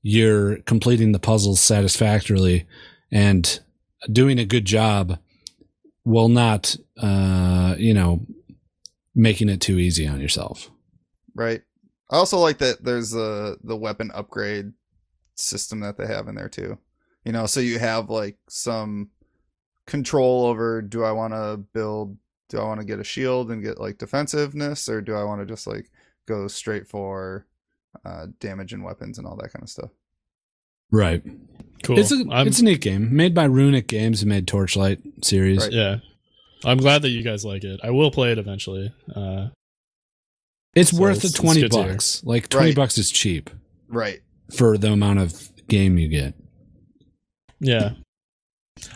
you're completing the puzzles satisfactorily and doing a good job while not uh you know making it too easy on yourself Right. I also like that there's a the weapon upgrade system that they have in there too. You know, so you have like some control over do I want to build do I want to get a shield and get like defensiveness or do I want to just like go straight for uh damage and weapons and all that kind of stuff. right Cool. It's a I'm- it's a neat game made by Runic Games and made Torchlight series. Right. yeah. I'm glad that you guys like it. I will play it eventually. Uh, It's So worth it's- the it's twenty good to hear. bucks. Like twenty Right. bucks is cheap Right. for the amount of game you get. yeah.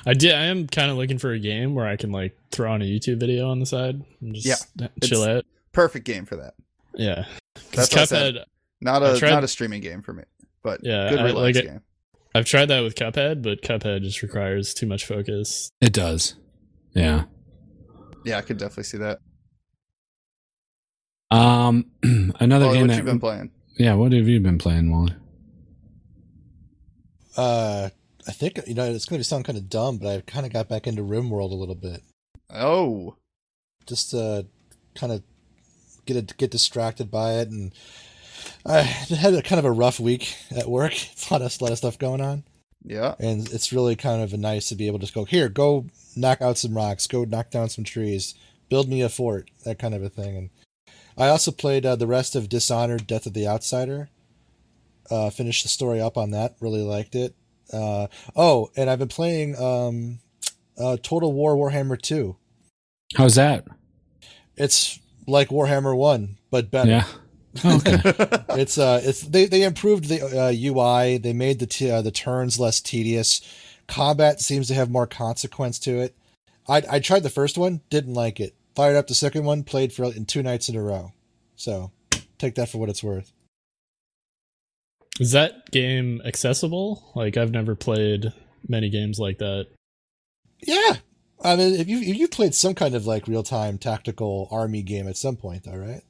I did. I am kind of looking for a game where I can like throw on a YouTube video on the side and just chill out. Perfect game for that. Yeah. 'Cause That's what I said. Cuphead, Not I a tried- not a streaming game for me, but Yeah, good I relax like it. game. I've tried that with Cuphead, but Cuphead just requires too much focus. It does. Yeah. Yeah, I could definitely see that. Um another Well, game what that you been playing? Yeah, what have you been playing, Wally? Uh, I think you know it's going to be sound kind of dumb, but I kind of got back into RimWorld a little bit, Oh, just to kind of get a, get distracted by it, and I had a kind of a rough week at work. It's a lot of, a lot of stuff going on, yeah. and it's really kind of nice to be able to just go here, go knock out some rocks, go knock down some trees, build me a fort, that kind of a thing. And I also played uh, the rest of Dishonored: Death of the Outsider. Uh, finished the story up on that. Really liked it. Uh, oh, and I've been playing um, uh, Total War Warhammer Two. How's that? It's like Warhammer One, but better. Yeah. Okay. It's uh, it's they, they improved the uh, UI. They made the t- uh, the turns less tedious. Combat seems to have more consequence to it. I I tried the first one, didn't like it. Fired up the second one, played for in two nights in a row. So take that for what it's worth. Is that game accessible? Like I've never played many games like that. Yeah, I mean, if you if you played some kind of like real time tactical army game at some point, all right.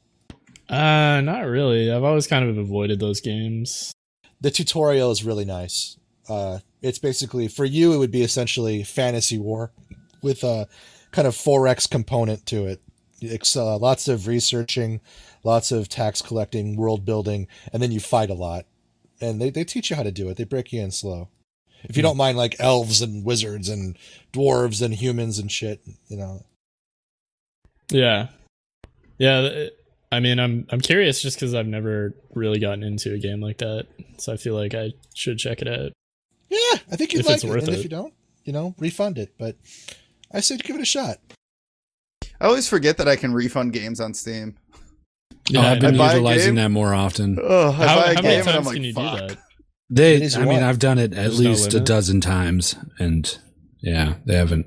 Uh not really. I've always kind of avoided those games. The tutorial is really nice. Uh, it's basically for you. It would be essentially fantasy war with a kind of forex component to it. It's, uh, lots of researching, lots of tax collecting, world building, and then you fight a lot. And they, they teach you how to do it. They break you in slow. If Hmm. you don't mind like elves and wizards and dwarves and humans and shit, you know. Yeah. Yeah, th- I mean, I'm I'm curious just cuz I've never really gotten into a game like that. So I feel like I should check it out. Yeah, I think you'd If like it's it. worth and if it. you don't, you know, refund it. But I said give it a shot. I always forget that I can refund games on Steam. oh, I've been I buy a utilizing game. that more often. Ugh, I how, buy a how game many and I'm times like, can you fuck. do that? They It is I mean, what? I've done it at There's no least a limit. dozen times and yeah, they haven't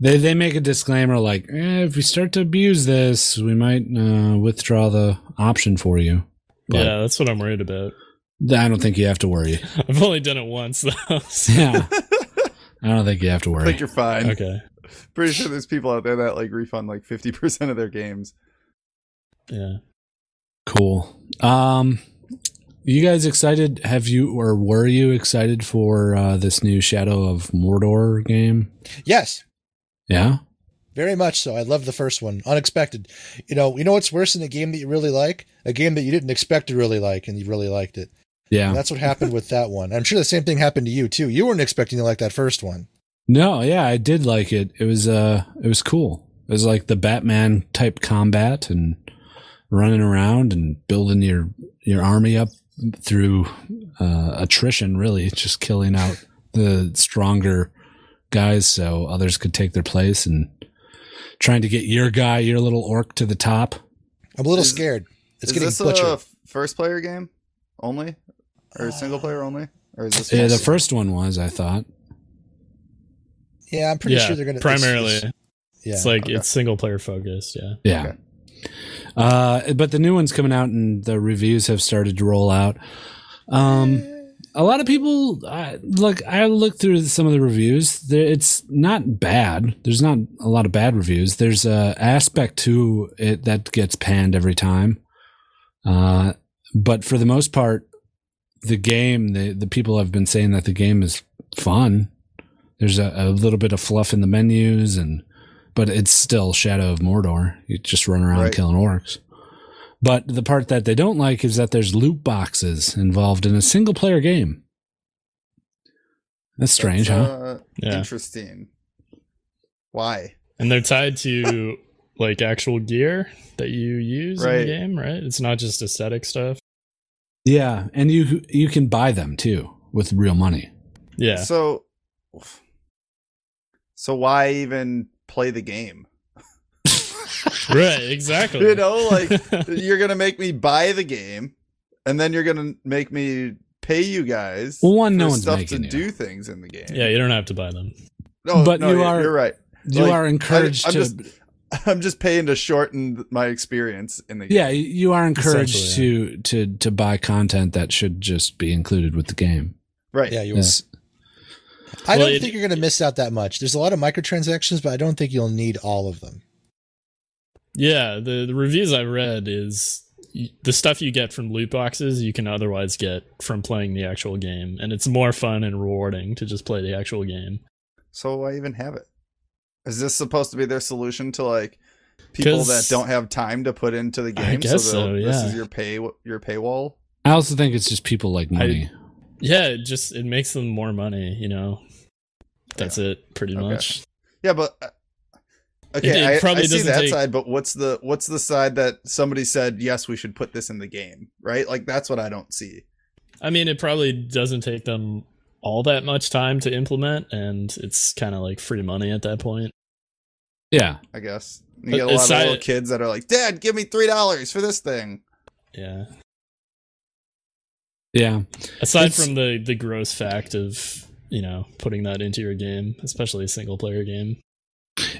they they make a disclaimer like eh, if we start to abuse this, we might uh, withdraw the option for you. But yeah, that's what I'm worried about. I don't think you have to worry. I've only done it once though. so- Yeah. I don't think you have to I worry. think you're fine. okay. Pretty sure there's people out there that like refund like 50% of their games. Yeah. Cool. Um, you guys excited? Have you or were you excited for uh, this new Shadow of Mordor game? Yes, Yeah. very much so. I love the first one. Unexpected. You know, you know what's worse than a game that you really like? A game that you didn't expect to really like and you really liked it. Yeah. That's what happened with that one. I'm sure the same thing happened to you too. You weren't expecting to like that first one. No, yeah, I did like it. It was uh it was cool. It was like the Batman type combat and running around and building your your army up through uh attrition really, just killing out the stronger guys so others could take their place and trying to get your guy, your little orc to the top. I'm a little Is- scared. is It's getting this butchered. a f- first player game only? Or single player only? Or is this Yeah, the first one was, I thought. yeah, I'm pretty yeah. sure they're gonna it's- primarily. It's, it's- yeah. like Okay. it's single player focused. Yeah. Yeah. Okay. Uh, but the new one's coming out, and the reviews have started to roll out. Um, a lot of people I, look. I looked through some of the reviews. There- It's not bad. There's not a lot of bad reviews. There's a aspect to it that gets panned every time. Uh, but for the most part, the game the the people have been saying that the game is fun. There's a, a little bit of fluff in the menus and but it's still Shadow of Mordor. You just run around Right. killing orcs. But the part that they don't like is that there's loot boxes involved in a single player game. That's strange, huh? Uh, Yeah. Interesting. Why? And they're tied to like actual gear that you use in Right. the game, right? It's not just aesthetic stuff. Yeah, and you you can buy them too with real money. Yeah. So, so why even play the game? right, exactly. You know, like you're gonna make me buy the game, and then you're gonna make me pay you guys Well, one, no for one's stuff to making you. do things in the game. yeah, you don't have to buy them. no, but no, you you're, are- you're right. You Like, are encouraged I'm to just- I'm just paying to shorten my experience in the game. Yeah, you are encouraged Essentially, to to to buy content that should just be included with the game. right. yeah, you are. Is- I Well, don't it- think you're gonna miss out that much. There's a lot of microtransactions, but I don't think you'll need all of them. Yeah, the, the reviews I've read is y- the stuff you get from loot boxes you can otherwise get from playing the actual game, and it's more fun and rewarding to just play the actual game. So why even have it? Is this supposed to be their solution to like people 'Cause- that don't have time to put into the game? I guess they'll- so, This yeah. is your pay your paywall. I also think it's just people like money. Yeah, it just it makes them more money, you know. That's it, pretty Okay. much. Yeah, but uh, okay, it I, probably I see doesn't that take- side. But what's the what's the side that somebody said yes, we should put this in the game, right? Like that's what I don't see. I mean, it probably doesn't take them all that much time to implement, and it's kind of like free money at that point. Yeah, I guess you But get a lot of aside- little kids that are like, "Dad, give me three dollars for this thing." Yeah. yeah. Aside It's- from the the gross fact of you know putting that into your game, especially a single player game.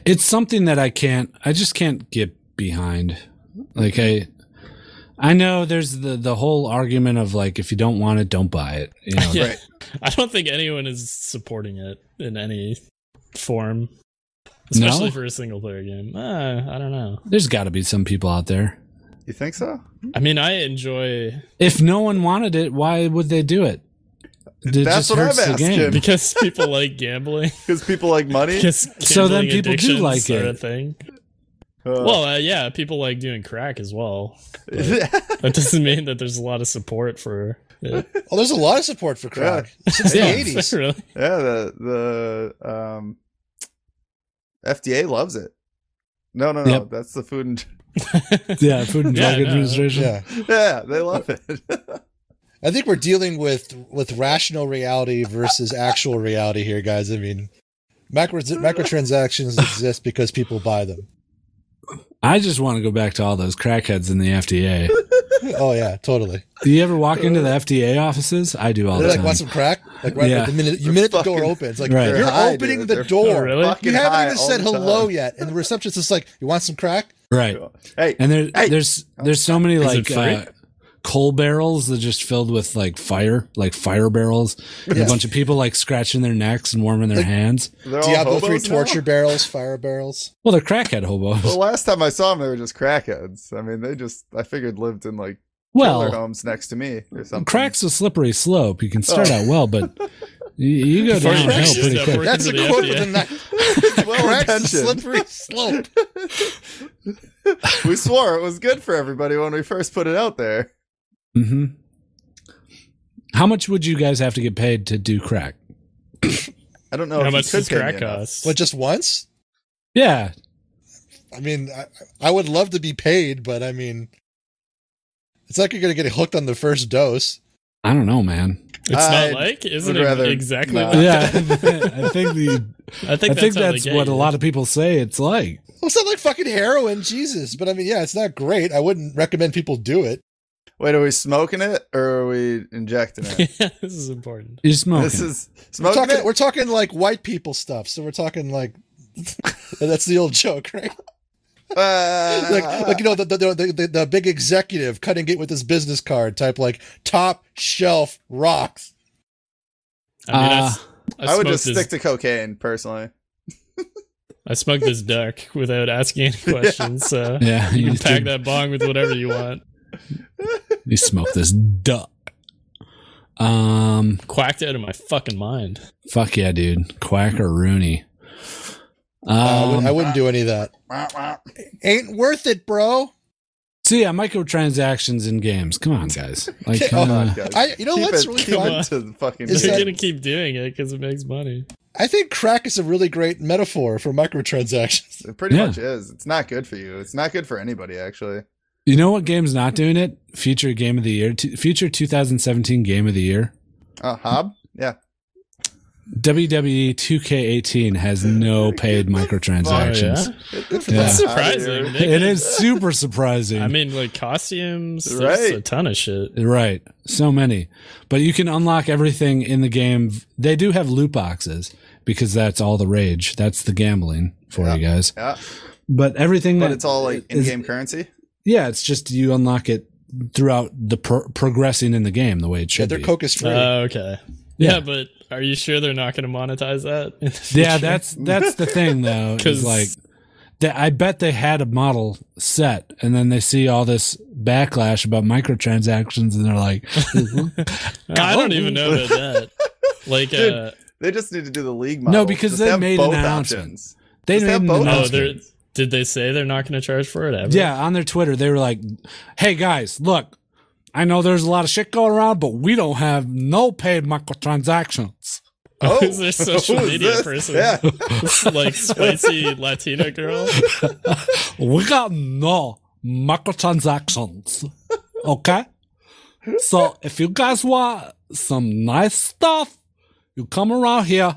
It's something that I can't. I just can't get behind. Like I, I know there's the the whole argument of like if you don't want it, don't buy it. You know, Yeah. Right. I don't think anyone is supporting it in any form, No? especially for a single player game. Uh, I don't know. there's got to be some people out there. You think so? I mean, I enjoy If no one wanted it, why would they do it? It That's what I'm hurts the game. asking. because people like gambling. Because people like money. Because So then gambling people do addictions like are a it. thing. Uh, Well, uh, yeah, people like doing crack as well. That doesn't mean that there's a lot of support for it. Oh, there's a lot of support for crack. Since the Yeah, eighties. really. Yeah, the the um, FDA loves it. No, no, no. Yep. That's the food and Yeah, Food and Yeah, Drug no. Administration. Yeah. yeah, they love it. I think we're dealing with with rational reality versus actual reality here, guys. I mean, micro, microtransactions exist because people buy them. I just want to go back to all those crackheads in the FDA. Oh yeah, totally. do you ever walk into the FDA offices? I do all They're the like, time. want some crack? Like right Oh, Yeah. the minute the They're minute the door fucking- opens, like Right. you're They're high, opening dude. the They're door. really? You fucking high haven't even all said the hello time. yet, and the receptionist's like, "You want some crack?" right. Hey, And there, Hey! there's there's so many Is it like free? uh, coal barrels that just filled with like fire, like fire barrels, and Yeah. a bunch of people like scratching their necks and warming their Like- hands. They're all Diablo three hobos now? torture barrels, fire barrels. Well, they're crackhead hobos. Well, last time I saw them, they were just crackheads. I mean, they just I figured lived in like Well, trailer homes next to me or something. cracks a slippery slope. You can start Oh. out well, but you, you go Before you downhill crash your pretty step, quick. we're- That's That's a a Into the quote quote FDA. within within that It's well intentioned. slippery slope. we swore it was good for everybody when we first put it out there. hmm How much would you guys have to get paid to do crack? I don't know if How you much could does pay me crack enough. cost? But just once? Yeah, I mean, I, I would love to be paid, but I mean, it's like you're going to get hooked on the first dose. I don't know, man. it's I not like, isn't would it rather exactly? not. What, Yeah, I think the I think I that's, think how they that's get what you. a lot of people say it's like. Well, it's not like fucking heroin, Jesus. But I mean, yeah, it's not great. I wouldn't recommend people do it. Wait, are we smoking it or are we injecting it? yeah, this is important. You're smoking. this is We're smoking talking, it. we're talking like white people stuff. So we're talking like. That's the old joke, right? Uh, Like, like you know, the the, the the the big executive cutting it with his business card, type like top shelf rocks. I mean, I Uh, s- I, I would smoked just this, stick to cocaine personally. I smoked this duck without asking any questions. So yeah, you you, can just pack did- that bong with whatever you want. you smoke this duck. Um, Quacked out of my fucking mind. fuck yeah, dude. Quack or Rooney. Um, Uh, I, would, I wouldn't do any of that. Ain't worth it, bro. so yeah, microtransactions in games. Come on, guys. Like, Oh, uh, God, guys. I you know Keep what's it- really keep fun? it to the fucking Is You're that- gonna keep doing it because it makes money. I think crack is a really great metaphor for microtransactions. It pretty Yeah. much is. It's not good for you. It's not good for anybody, actually. you know what game's not doing it? Future game of the year. T- future 2017 game of the year. Uh, Hob? Yeah. WWE 2K18 has no paid Oh, microtransactions. Oh, Good for Yeah. that. That's surprising. Outta here. They It could- is super surprising. I mean, like costumes, there's Right. a ton of shit. Right. So many. But you can unlock everything in the game. They do have loot boxes because that's all the rage. That's the gambling for you guys. Yeah. But everything But that- it's all like in is- game currency. Yeah, it's just you unlock it throughout the pro- progressing in the game the way it Yeah, should their be. coke is free. Oh, okay. Yeah. Yeah. but are you sure they're not going to monetize that? in the yeah, future? that's that's the thing though. Cuz 'Cause- like that I bet they had a model set and then they see all this backlash about microtransactions and they're like I don't even know about that. Like, Dude, uh, They just need to do the league model. because Just they have made an both announcement. options. they Just have didn't both announce oh, it. they're, did they say they're not going to charge for it ever? Yeah, on their Twitter, they were like, "Hey guys, look, I know there's a lot of shit going around, but we don't have no paid microtransactions." Oh, is their social who is media this? person? Yeah. like spicy Latina girl. We got no microtransactions. Okay, so if you guys want some nice stuff, you come around here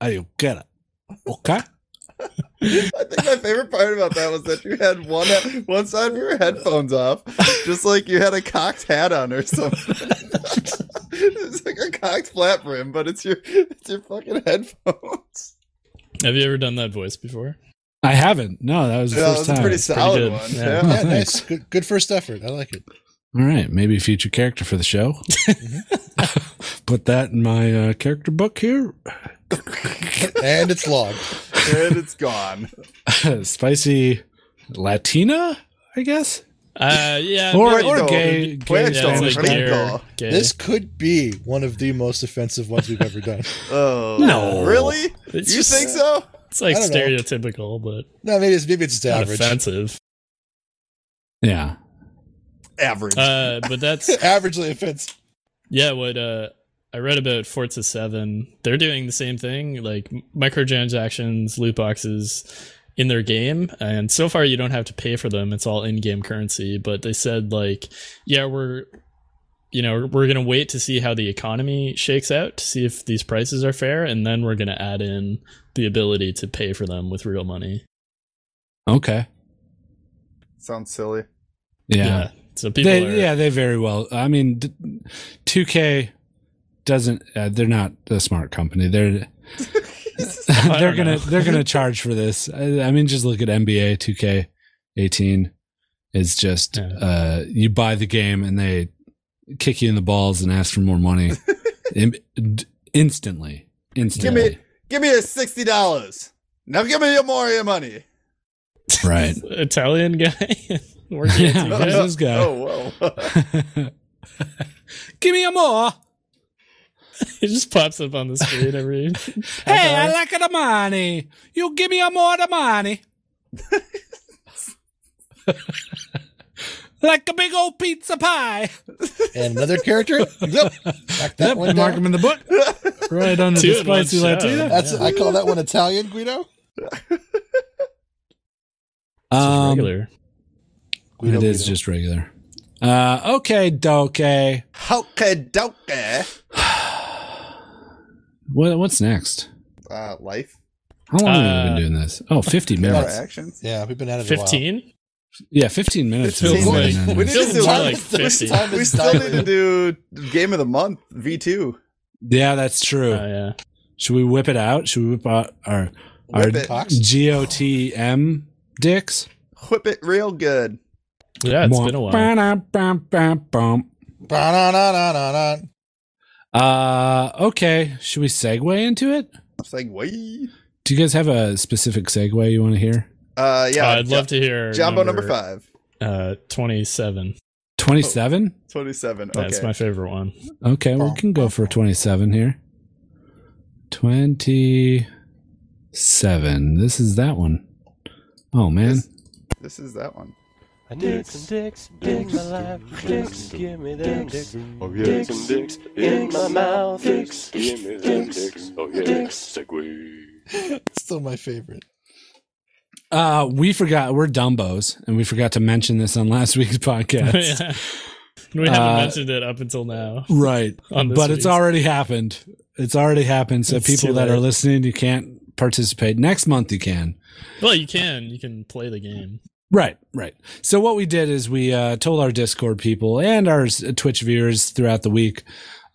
and you get it. Okay. I think my favorite part about that was that you had one one side of your headphones off, just like you had a cocked hat on or something. it's like a cocked flat brim, but it's your it's your fucking headphones. Have you ever done that voice before? I haven't. No, that was the Yeah, that first was a time. pretty pretty solid good. one. Yeah. Oh, yeah. yeah, thanks. nice. Good, good first effort. I like it. All right, maybe a future character for the show. Put that in my uh, character book here. And it's logged. and it's gone. spicy Latina, I guess. Uh, yeah. Or- maybe- or yeah, gay- it's gay like Spanish gay- girl. gay. This could be one of the most offensive ones we've ever done. Oh No. really? It's you just- think so? It's like I don't know. stereotypical, but No, maybe it's maybe it's just not average. offensive. Yeah. Average. Uh, but that's Averagely offensive. Yeah, what uh, I read about Forza 7, they're doing the same thing, like m- microtransactions, loot boxes in their game. And so far, you don't have to pay for them. It's all in game currency. But they said, like, yeah, we're. You know, we're going to wait to see how the economy shakes out to see if these prices are fair, and then we're going to add in the ability to pay for them with real money. Okay. Sounds silly. Yeah. So people They, are. yeah, they very well. I mean, d- 2K doesn't. Uh, they're not a smart company. They're I they're don't gonna know. they're gonna charge for this. I, I mean, just look at NBA 2K18. It's just Yeah. uh, you buy the game and they kick you in the balls and ask for more money Im- d- instantly. Instantly. Give me your sixty dollars. Now give me your more of your money. Right. Italian guy. We're Yeah. dancing Who's this guys. guy? Oh whoa. Give me a more. He just pops up on the screen every. Hey, I like the money. You give me a more the money. like a big old pizza pie. And another character. yep. Knock that Yep, one mark down. him in the book. Right under Two the in one spicy shot. Latina. That's I call that one Italian Guido. Um, regular. Guido it is Guido. just regular. Uh, okay, dokey. Hokey dokey. What, what's next? Uh, life. How long have we Uh, been doing this? Oh, 50 A lot of minutes. actions. Yeah, we've been at it a while. Fifteen. Yeah, 15 minutes. It feels We've been like- doing we this. didn't Feels do more it. like This 50. time We is still need to dilated. do game of the month V two. yeah, that's true. Oh yeah. Should we whip it out? Should we whip out our, our Whip it. Cox. GOTM dicks? Whip it real good. Yeah, it's been a while. while. Ba-na-na-na-na-na. Uh, okay. Should we segue into it? It's like wait. Do you guys have a specific segue you want to hear? Uh, yeah. Uh, I'd love to hear Jumbo number, five. Uh, twenty-seven. 27? 27. Okay. That's my favorite one. Okay, we can go for 27 here. 27. This is that one. Oh, man. This- This is that one. I need some dicks in my life. Dicks, give me them dicks. Oh yeah. Dicks some dicks in my mouth. Dicks. Give me them Dicks. dicks. Oh yeah. Dicks. Segway. It's Still my favorite. Uh, we forgot, we're Dumbos, and we forgot to mention this on last week's podcast. yeah. We haven't Uh, mentioned it up until now. Right. On this but it's week's. already happened. It's already happened. So It's too people that are late. listening, you can't participate. Next month, you can. Well, you can. You can play the game. Right, right. So what we did is we uh, told our Discord people and our s- Twitch viewers throughout the week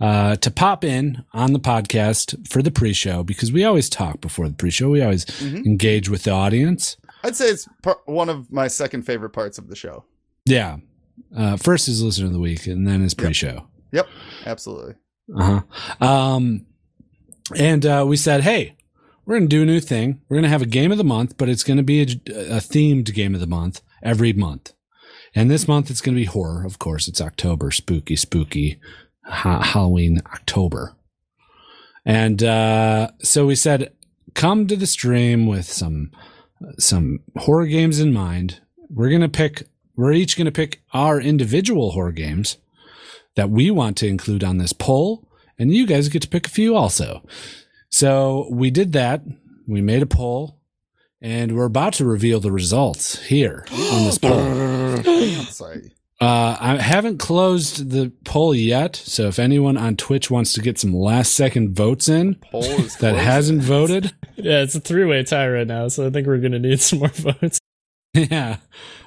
uh, to pop in on the podcast for the pre-show because we always talk before the pre-show. We always Mhm. engage with the audience. I'd say it's par- one of my second favorite parts of the show. Yeah. Uh, first is listener of the week, and then is Yep. pre-show. Absolutely. Uh huh. Um, and uh, we said, hey, we're going to do a new thing. We're going to have a game of the month, but it's going to be a, a themed game of the month every month. And this month it's going to be horror. Of course, it's October, spooky, spooky, ha- Halloween, October. And uh, so we said, come to the stream with some some horror games in mind. We're gonna pick. We're each gonna pick our individual horror games that we want to include on this poll, and you guys get to pick a few also. So we did that. We made a poll, and we're about to reveal the results here on this poll. Damn, sorry. Uh, I haven't closed the poll yet, so if anyone on Twitch wants to get some last second votes in Poll is that closing. hasn't voted, Yeah, it's a three-way tie right now, so I think we're gonna need some more votes. yeah,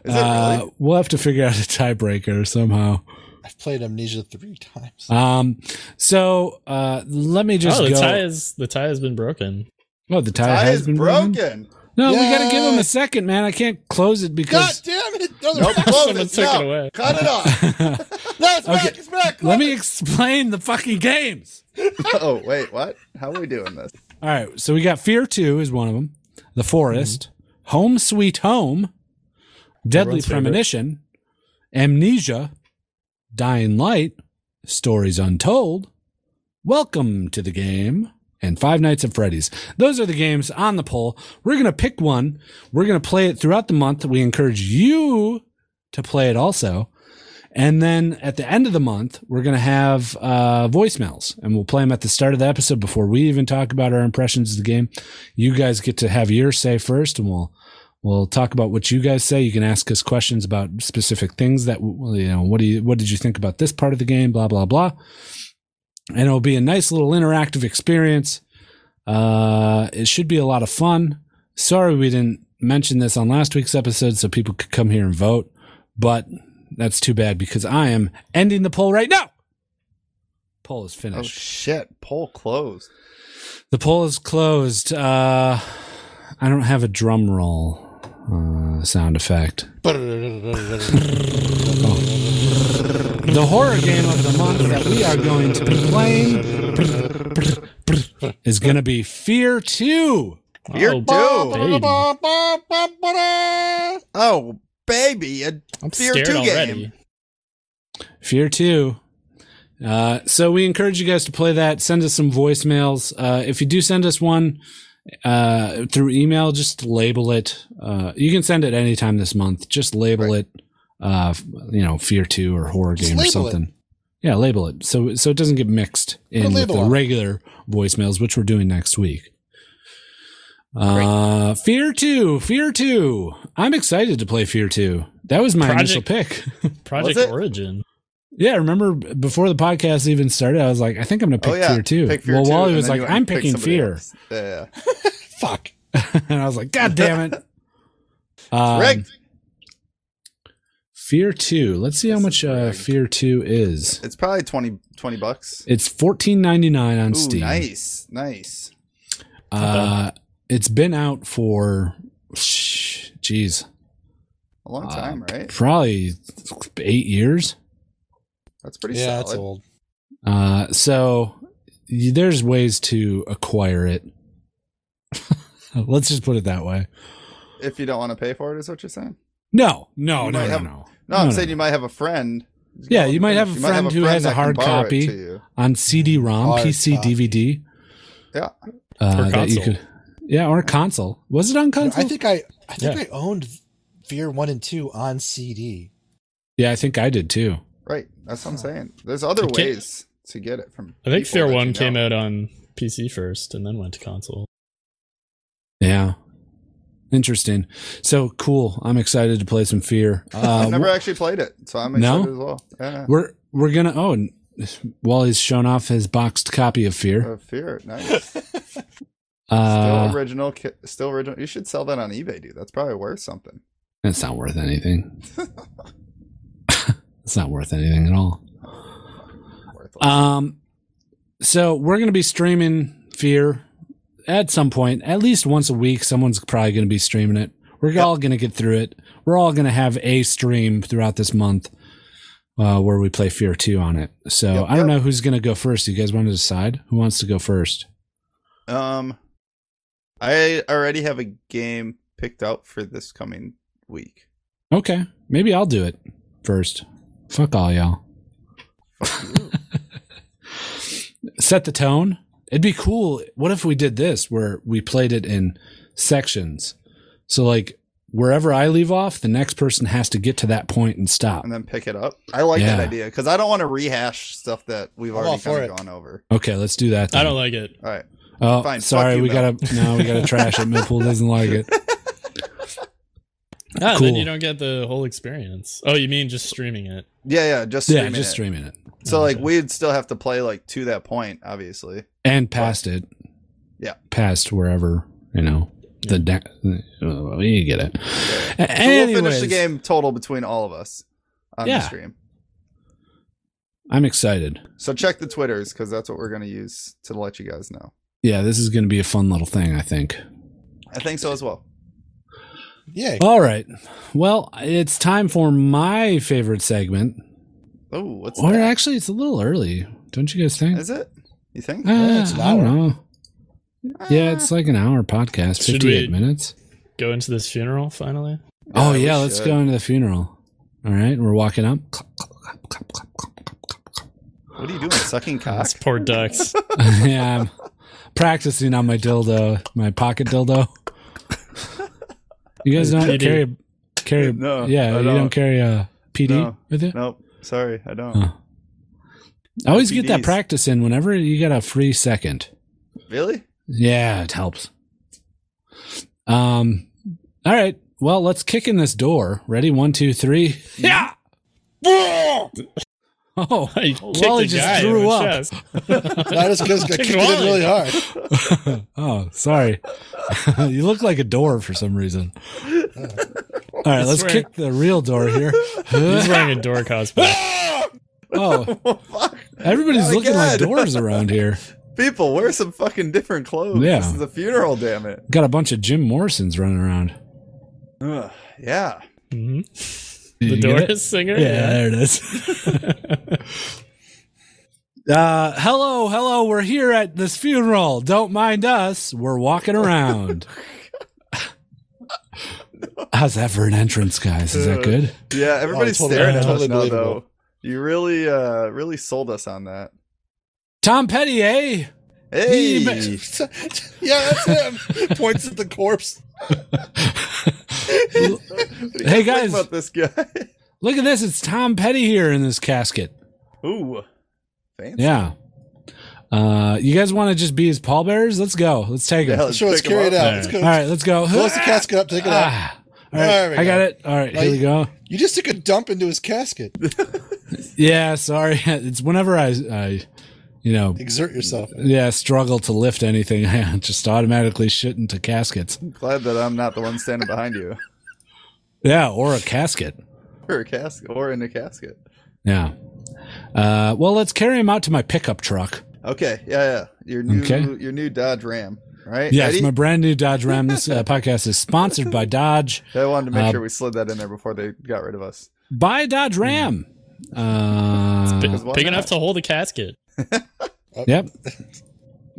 Is it really? Uh, we'll have to figure out a tiebreaker somehow. I've played Amnesia three times. Um, so uh, let me just oh, the go. tie is the tie has been broken. oh, the tie, Tie has is been broken. No, we got to give him Yay. a second, man. I can't close it God because. damn it! Those Nope, are- close Someone it. took it No, away. Cut it off. No, it's Okay. back. It's back. let me explain the fucking games. oh, wait, what? How are we doing this? All right, so we got Fear Two is one of them. The Forest, Home Sweet Home, Deadly Everyone's favorite. Premonition, Amnesia, Dying Light, Stories Untold, Welcome to the Game, and Five Nights at Freddy's. Those are the games on the poll. We're going to pick one. We're going to play it throughout the month. We encourage you to play it also. And then at the end of the month, we're going to have uh, voicemails and we'll play them at the start of the episode before we even talk about our impressions of the game. You guys get to have your say first and we'll. We'll talk about what you guys say. You can ask us questions about specific things that well, you know. What do you? What did you think about this part of the game? Blah blah blah. And it'll be a nice little interactive experience. Uh, it should be a lot of fun. Sorry we didn't mention this on last week's episode, so people could come here and vote. But that's too bad because I am ending the poll right now. Poll is Oh, finished. shit. Poll closed. The poll is closed. Uh, I don't have a drum roll. uh, sound effect. The horror game of the month that we are going to be playing is going to be Fear 2. Fear Oh, two. baby. Oh, baby. A I'm Fear scared 2 already. game. Fear 2. Uh, so we encourage you guys to play that. Send us some voicemails. Uh, if you do send us one uh, through email, just label it. Uh, you can send it anytime this month. Just label it, uh, f- you know, Fear 2 or horror Just game or label something. Yeah, label it so so it doesn't get mixed a in with label the on it. regular voicemails, which we're doing next week. Uh, Fear 2, Fear 2. I'm excited to play Fear 2. That was my Project- initial pick. Project Was it? Origin. Yeah, remember b- before the podcast even started, I was like, I think I'm gonna pick oh, yeah. fear two. Pick Fear well, two, Wally and was then like, you went I'm and picked picking somebody fear, else. Yeah. Fuck. and I was like, God damn it! Um, Correct. Fear two. Let's see how This much is uh, rigged. fear two is. It's probably 20, 20 bucks. It's fourteen ninety nine on Ooh, Steam. nice. Nice. Uh, it's been out for, shh, jeez, A long Uh, time, right? probably eight years. That's pretty Yeah, it's solid. old. Uh, so y- there's ways to acquire it. Let's just put it that way. If you don't want to pay for it, is what you're saying? No, no, You no, might no, have- no. No, I'm No, saying no. you might have a friend. Yeah, you might have a friend who has a that can hard borrow it copy. to you. on CD-ROM, Hard PC, copy. DVD. Yeah. uh, Or that you console. could. Yeah, or console. Was it on console? I think I, I think I owned Fear One and Two on CD. yeah, I think I did too. Right. That's what I'm saying. There's other Okay. ways to get it from. I think people Fear that you 1 came know. out on PC first and then went to console. Yeah. Interesting. So cool. I'm excited to play some Fear. Uh, I've never actually played it, so I'm No? excited as well. Yeah. we're we're gonna. Oh, and Wally's shown off his boxed copy of Fear. Uh, Fear. Nice. Still Uh, original. ki- Still original. You should sell that on eBay, dude. That's probably worth something. it's not worth anything. it's not worth anything at all. Worth it. Um, so we're going to be streaming Fear at some point, at least once a week. Someone's probably going to be streaming it. We're all going to get through it. We're all going to have a stream throughout this month uh, where we play Fear 2 on it. So Yep, I don't yep. know who's going to go first. You guys want to decide who wants to go first? Um, I already have a game picked out for this coming week. Okay. Maybe I'll do it first. Fuck all y'all. Fuck you. set the tone. It'd be cool. What if we did this where we played it in sections? So like wherever I leave off, the next person has to get to that point and stop. and then pick it up. I like that Yeah. idea because I don't want to rehash stuff that we've I'm all already for kind of it. gone over. Okay, let's do that. Then. I don't like it. All right, Oh, fine, fuck sorry, you, we Mel. gotta no, we gotta trash it. Millpool doesn't like it. Ah, Cool. then you don't get the whole experience. Oh, you mean just streaming it? yeah, yeah, just yeah, streaming just it. streaming it So like Okay. we'd still have to play like to that point, obviously. and past it. Yeah. past wherever you know the de- uh, you get it. So we'll finish the Anyways, game total between all of us on the Yeah. stream. I'm excited. So check the twitters because that's what we're gonna use to let you guys know. Yeah, this is going to be a fun little thing. I think. I think so as well. Yay. All right. Well, it's time for my favorite segment. Oh, what's Or that? actually, it's a little early, don't you guys think? Is it? You think? Ah, Yeah, it's an I don't hour. know. Ah. Yeah, it's like an hour podcast, Should fifty-eight we- minutes. Go into this funeral finally? oh we yeah, let's should. go into the funeral. All right, we're walking up. Clap, clap, clap, clap, clap, clap, clap, clap, clap. What are you doing? Sucking cock. These poor ducks. yeah, I'm practicing on my dildo, my pocket dildo. You guys don't PD. carry carry. No, yeah, I you don't. don't carry a PD No, with you. Nope. Sorry, I don't. Huh. I always get that PDs. practice in whenever you get a free second. Really? Yeah, it helps. Um, all right. Well, let's kick in this door. Ready? One, two, three. Yeah. Oh, I kicked Wally a just guy in threw the up. chest. I just because I Kick kicked it in Wally. really hard. oh, sorry. you look like a door for some reason. All right, let's swear. kick the real door here. He's wearing a door cosplay. oh, Fuck. everybody's Not looking like again. doors around here. People, wear some fucking different clothes. Yeah. This is a funeral, damn it. Got a bunch of Jim Morrisons running around. Ugh, yeah. hmm Did The you get it? Doris singer? Yeah, there it is. uh, hello, hello. We're here at this funeral. Don't mind us. We're walking around. How's that for an entrance, guys? Is that good? Yeah, everybody's totally- staring at totally us now, believable. though. You really, uh, really sold us on that. Tom Petty, eh? Hey, He- yeah, that's him. Points at the corpse. what do you Hey, think guys. about this guy. Look at this. It's Tom Petty here in this casket. Ooh, fancy. Yeah. Uh, you guys want to just be his pallbearers? Let's go. Let's take him. Yeah, All let's Sure, let's pick him carry it up. out. Let's go. right, let's go. Close the casket up. Take it out. Ah. All right, There we I got go. it. All right, here we go. You just took a dump into his casket. Yeah, sorry. It's whenever I, I you know, Exert yourself. yeah, struggle to lift anything, I just automatically shit into caskets. Glad that I'm not the one standing behind you, Yeah, or a casket. or a casket, or in a casket. Yeah. Uh, well, let's carry him out to my pickup truck. Okay, yeah, yeah. Your new, Okay. your new Dodge Ram, right? Yes, Eddie? my brand new Dodge Ram. This uh, podcast is sponsored by Dodge. I wanted to make Uh, sure we slid that in there before they got rid of us. Buy a Dodge Ram. Uh, Because why Big not? enough to hold a casket. yep.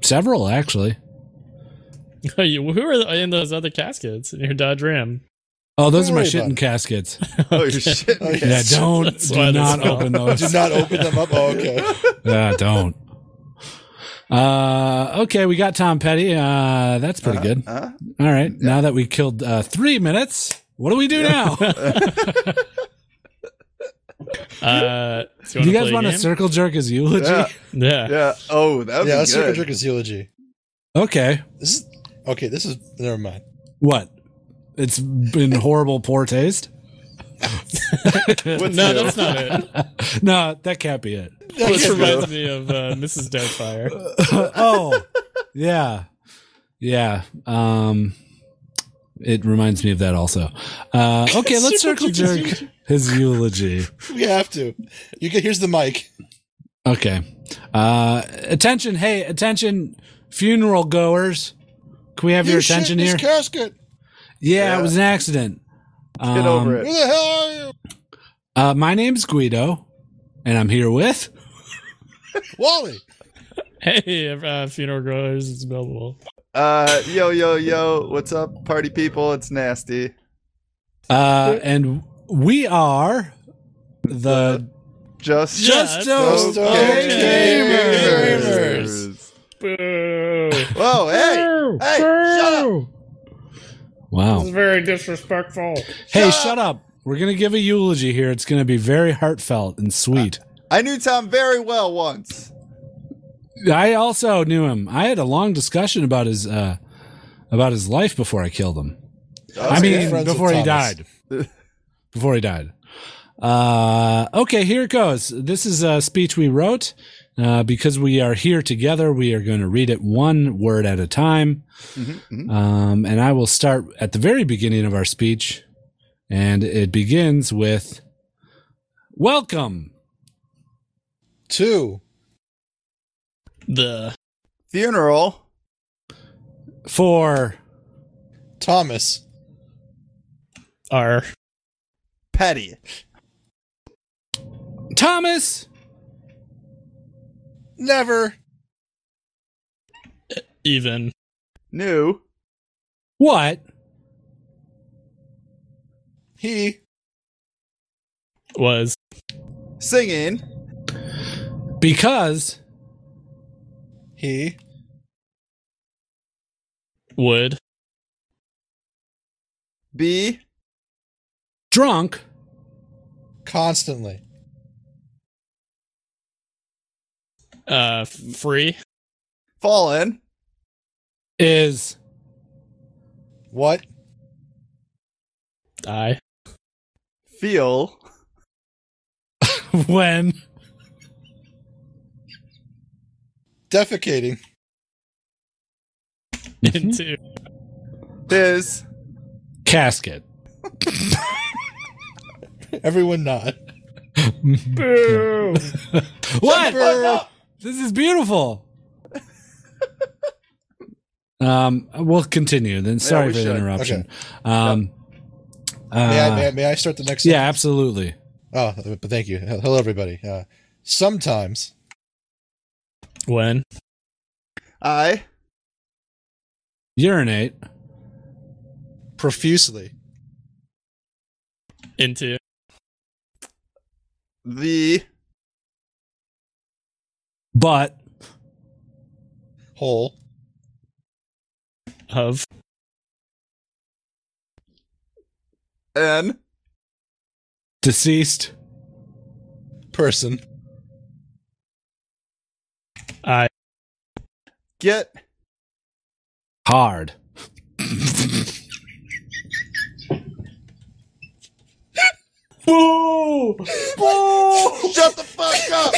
Several, actually. You- Who are in those other caskets in your Dodge Ram? Oh, those Don't are my worry about shitting it. caskets. Oh, you're shitting Oh, me. yeah. Yeah, don't That's why do they not smell. open those. Did not open them up. Oh, okay. uh, don't. Uh, okay, we got Tom Petty. Uh, that's pretty good. Huh? All right, now that we killed uh, three minutes, what do we do now? Uh, so do you guys want to a circle jerk as eulogy? Yeah, Yeah. yeah. Oh, that would Yeah, be let's take a good. drink of eulogy. Okay, This is okay. This is never mind. what? It's been horrible, poor taste. What's No, new? that's not it. No, that can't be it. This go. reminds me of uh, Mrs. Doubtfire. oh, yeah, yeah. Um, it reminds me of that also. Uh, okay, let's circle jerk his eulogy. We have to. You get here's the mic. Okay. Uh, attention, hey, attention, funeral goers. Can we have your You shit attention in here? His casket. yeah, Yeah. it was an accident. Um, Get over Who it. the hell are you? Uh, my name's Guido, and I'm here with. Wally. Hey, uh, funeral growers, it's Melville. Uh, yo, yo, yo. What's up, party people? It's nasty. Uh, and we are the. Just, Just those those okay okay gamers. Boo. Whoa, hey, hey, shut up. Wow. very disrespectful. Hey, shut up. We're going to give a eulogy here. It's going to be very heartfelt and sweet. I knew Tom very well once. I also knew him. I had a long discussion about his uh, about his life before I killed him. I yeah. mean, Friends with before he Thomas. died. before he died. Uh, okay, here it goes. This is a speech we wrote. Uh, because we are here together, we are going to read it one word at a time. Mm-hmm, Um, and I will start at the very beginning of our speech. And it begins with Welcome. Two. The Funeral. For Thomas. R. Petty. Thomas Never. Even. New. What? He. Was. Singing. Because He. Would. Be. drunk Constantly. Uh, free. Fallen. is What? I. Feel. when Defecating. Hmm? Into. His. casket. Everyone nod. Boo. What? This is beautiful. um, we'll continue then. Sorry we for the should. interruption. Um, Uh, May, I, may, I, may I start the next? yeah, absolutely. sentence? Oh, but thank you. Hello, everybody. Uh, sometimes When? I Urinate. profusely. Into. the But Whole. Of. an deceased. person I. get Hard. shut the fuck up.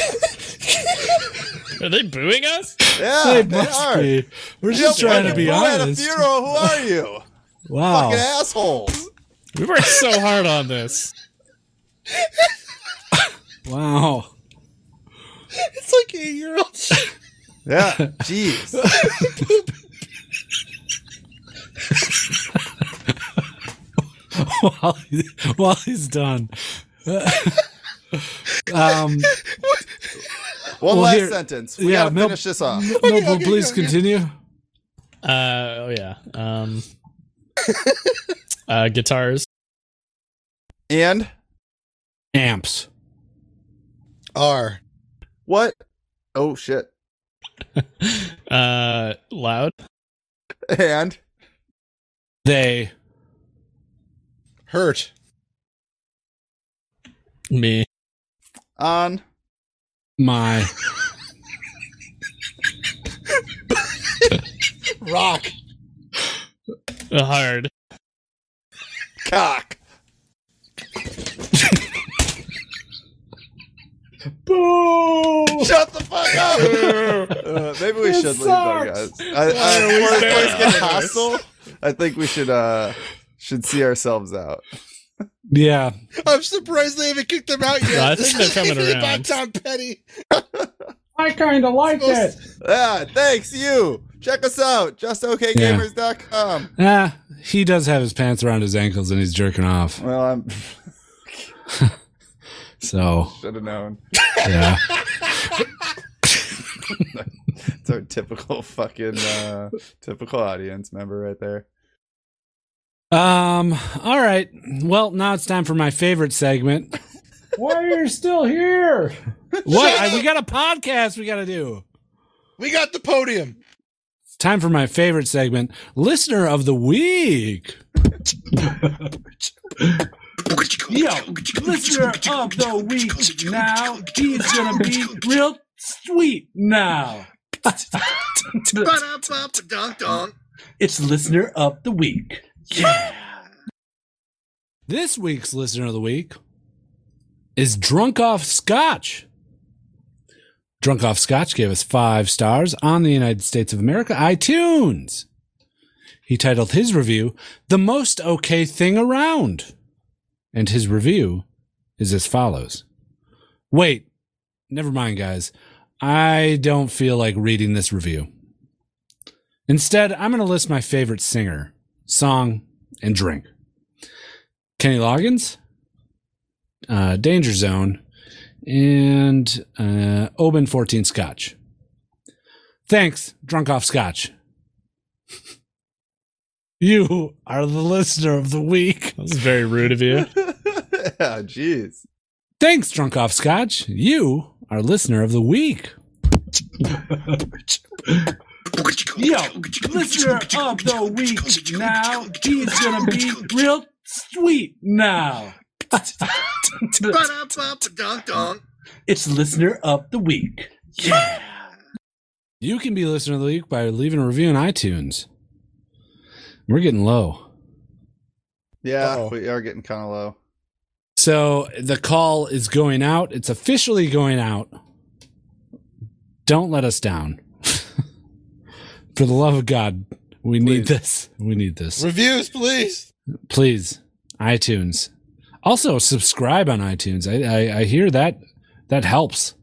Are they booing us? Yeah, They Ah, they must are. be. We're You're just trying to fucking be booed At a honest. Oh. funeral, who are you? Fucking Wow. assholes. We worked so hard on this. Wow. it's like eight year old Yeah, jeez. while, he- while he's done. um, One Well, last here- sentence. We yeah, gotta Mel- finish this off. no, but please continue. Uh, oh, yeah. Um. uh, guitars. And Amps. are what? Oh shit. Uh, loud. And They hurt Me. on my rock Hard. cock. Shut the fuck up! Uh, maybe we should leave, though, guys. I, I, we're- we're there? getting hostile. I think we should uh should see ourselves out. yeah. i'm surprised they haven't kicked them out yet Yeah, I think they're coming Even around. about tom petty I kind of like that. Yeah, Ah, thanks you. Check us out, justokgamers.com. Ah, he does have his pants around his ankles and he's jerking off. Well, I'm So should have known. yeah, It's our typical fucking uh typical audience member right there. um, all right. Well, now it's time for my favorite segment. Why are you still here? What I, we got a podcast we got to do. we got the podium It's time for my favorite segment, listener of the week. Yo, listener of the week now. He's gonna be real sweet now. it's listener of the week. This week's listener of the week is Drunk Off Scotch. Drunk Off Scotch gave us five stars on the United States of America iTunes. He titled his review, The Most Okay Thing Around. And his review is as follows Wait, never mind, guys. I don't feel like reading this review. Instead, I'm going to list my favorite singer, song, and drink. Kenny Loggins, uh, Danger Zone, and uh, Oban 14 Scotch. Thanks, Drunk Off Scotch. you are the listener of the week. That was very rude of you. yeah, Oh, jeez. Thanks, Drunk Off Scotch. You are listener of the week. Yo, listener of the week now. He's gonna be real sweet now. it's listener of the week. You can be listener of the week by leaving a review on iTunes. We're getting low. Yeah, Uh-oh. we are getting kind of low. So the call is going out. It's officially going out. Don't let us down. For the love of God, we need Please. this. We need this. reviews please Please, iTunes. Also subscribe on iTunes. I, I I hear that that helps.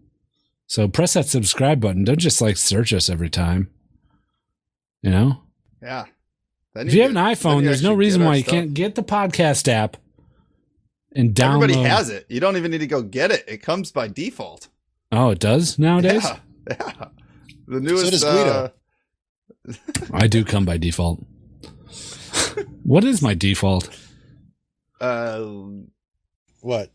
So press that subscribe button. Don't just like search us every time. You know, Yeah. Then if you have get- an then iPhone, you there's no actually reason get our why you stuff. can't get the podcast app and download. Everybody has it. You don't even need to go get it. It comes by default. Oh, it does nowadays. Yeah. yeah. The newest. does Guido. uh, I do come by default. what is my default? uh, What?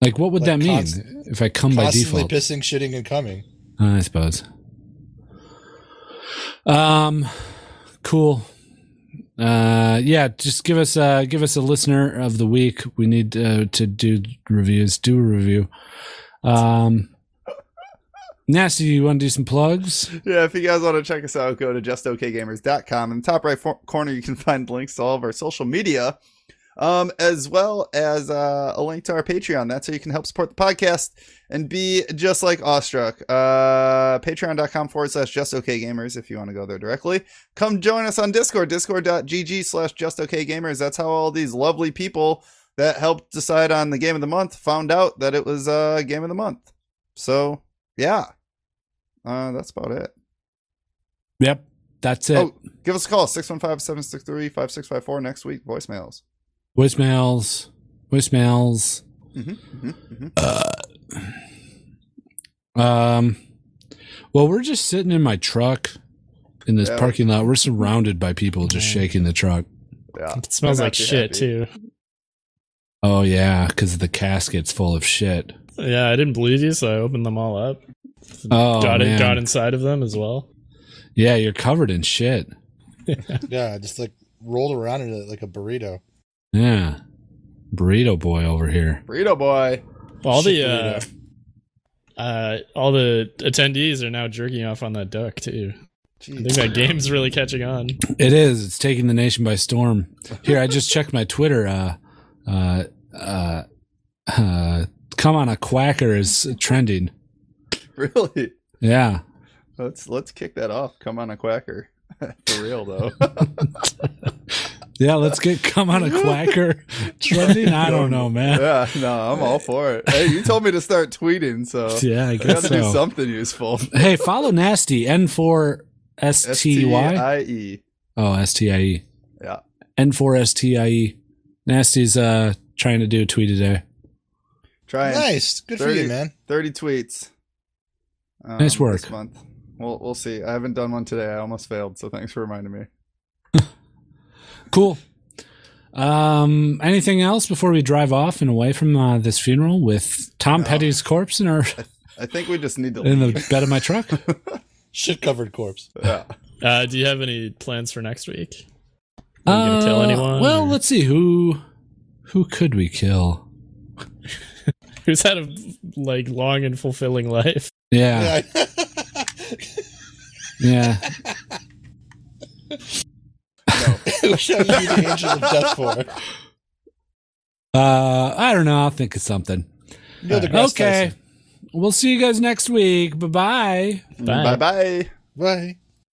Like, what would Like that mean const- if I come by Constantly default? pissing, shitting, and coming. I suppose. Um, cool. Uh, yeah, just give us uh give us a listener of the week. We need uh, to do reviews. Do a review. Um, nasty. You want to do some plugs? yeah, if you guys want to check us out, go to justokgamers.com. In the top right for- corner, you can find links to all of our social media, um, as well as uh, a link to our Patreon. That's how you can help support the podcast and be just like Awestruck. Uh, Patreon.com forward slash justokgamers if you want to go there directly. Come join us on Discord, discord.gg slash justokgamers. That's how all these lovely people that helped decide on the game of the month found out that it was uh, game of the month. So, yeah. Uh, that's about it. Yep, that's it. Oh, give us a call 615 763 5654 next week. Voicemails. Voicemails. Voicemails. Mm-hmm, mm-hmm, mm-hmm. Um, well, we're just sitting in my truck in this Yeah, we- parking lot. We're surrounded by people just shaking the truck. Yeah. It smells I'm like actually shit happy. too. Oh yeah, because the casket's full of shit. Yeah, I didn't believe you, so I opened them all up. Oh got man, it. Got inside of them as well. yeah, you're covered in shit. Yeah, just like rolled around in it like a burrito. Yeah, burrito boy over here. Burrito boy. All the uh, uh, all the attendees are now jerking off on that duck too. I think that game's really catching on. It is. It's taking the nation by storm. Here, I just checked my Twitter. Uh, uh, uh, uh, come on, a quacker is trending. Really? Yeah. Let's let's kick that off. Come on a quacker. For real though. Yeah, let's get come on a quacker trending. I don't know, man. yeah, no, I'm all for it. Hey, you told me to start tweeting, so Yeah, I Uh, I gotta guess do so. something useful. Hey, follow Nasty N4STY. S-T-I-E. Oh, STIE. Yeah. N4STIE. E. Nasty's uh trying to do a tweet today. Try and Nice. Good for 30 you, man. 30 tweets. um, Nice work. This month. We'll, we'll see. I haven't done one today. I almost failed, so thanks for reminding me. Cool. Um, anything else before we drive off and away from uh, this funeral with Tom Petty's corpse in our I think we just need to in leave. the bed of my truck? Shit covered corpse. yeah. Uh, do you have any plans for next week? Are you gonna kill Uh, anyone? Well, or- let's see who who could we kill. who's had a like long and fulfilling life? Yeah, Yeah. yeah. Which I you the angels of death for. Ah. Uh, I don't know. I'll think of something. Neil deGrasse okay, Tyson. we'll see you guys next week. Bye bye. Bye. Bye bye. Bye.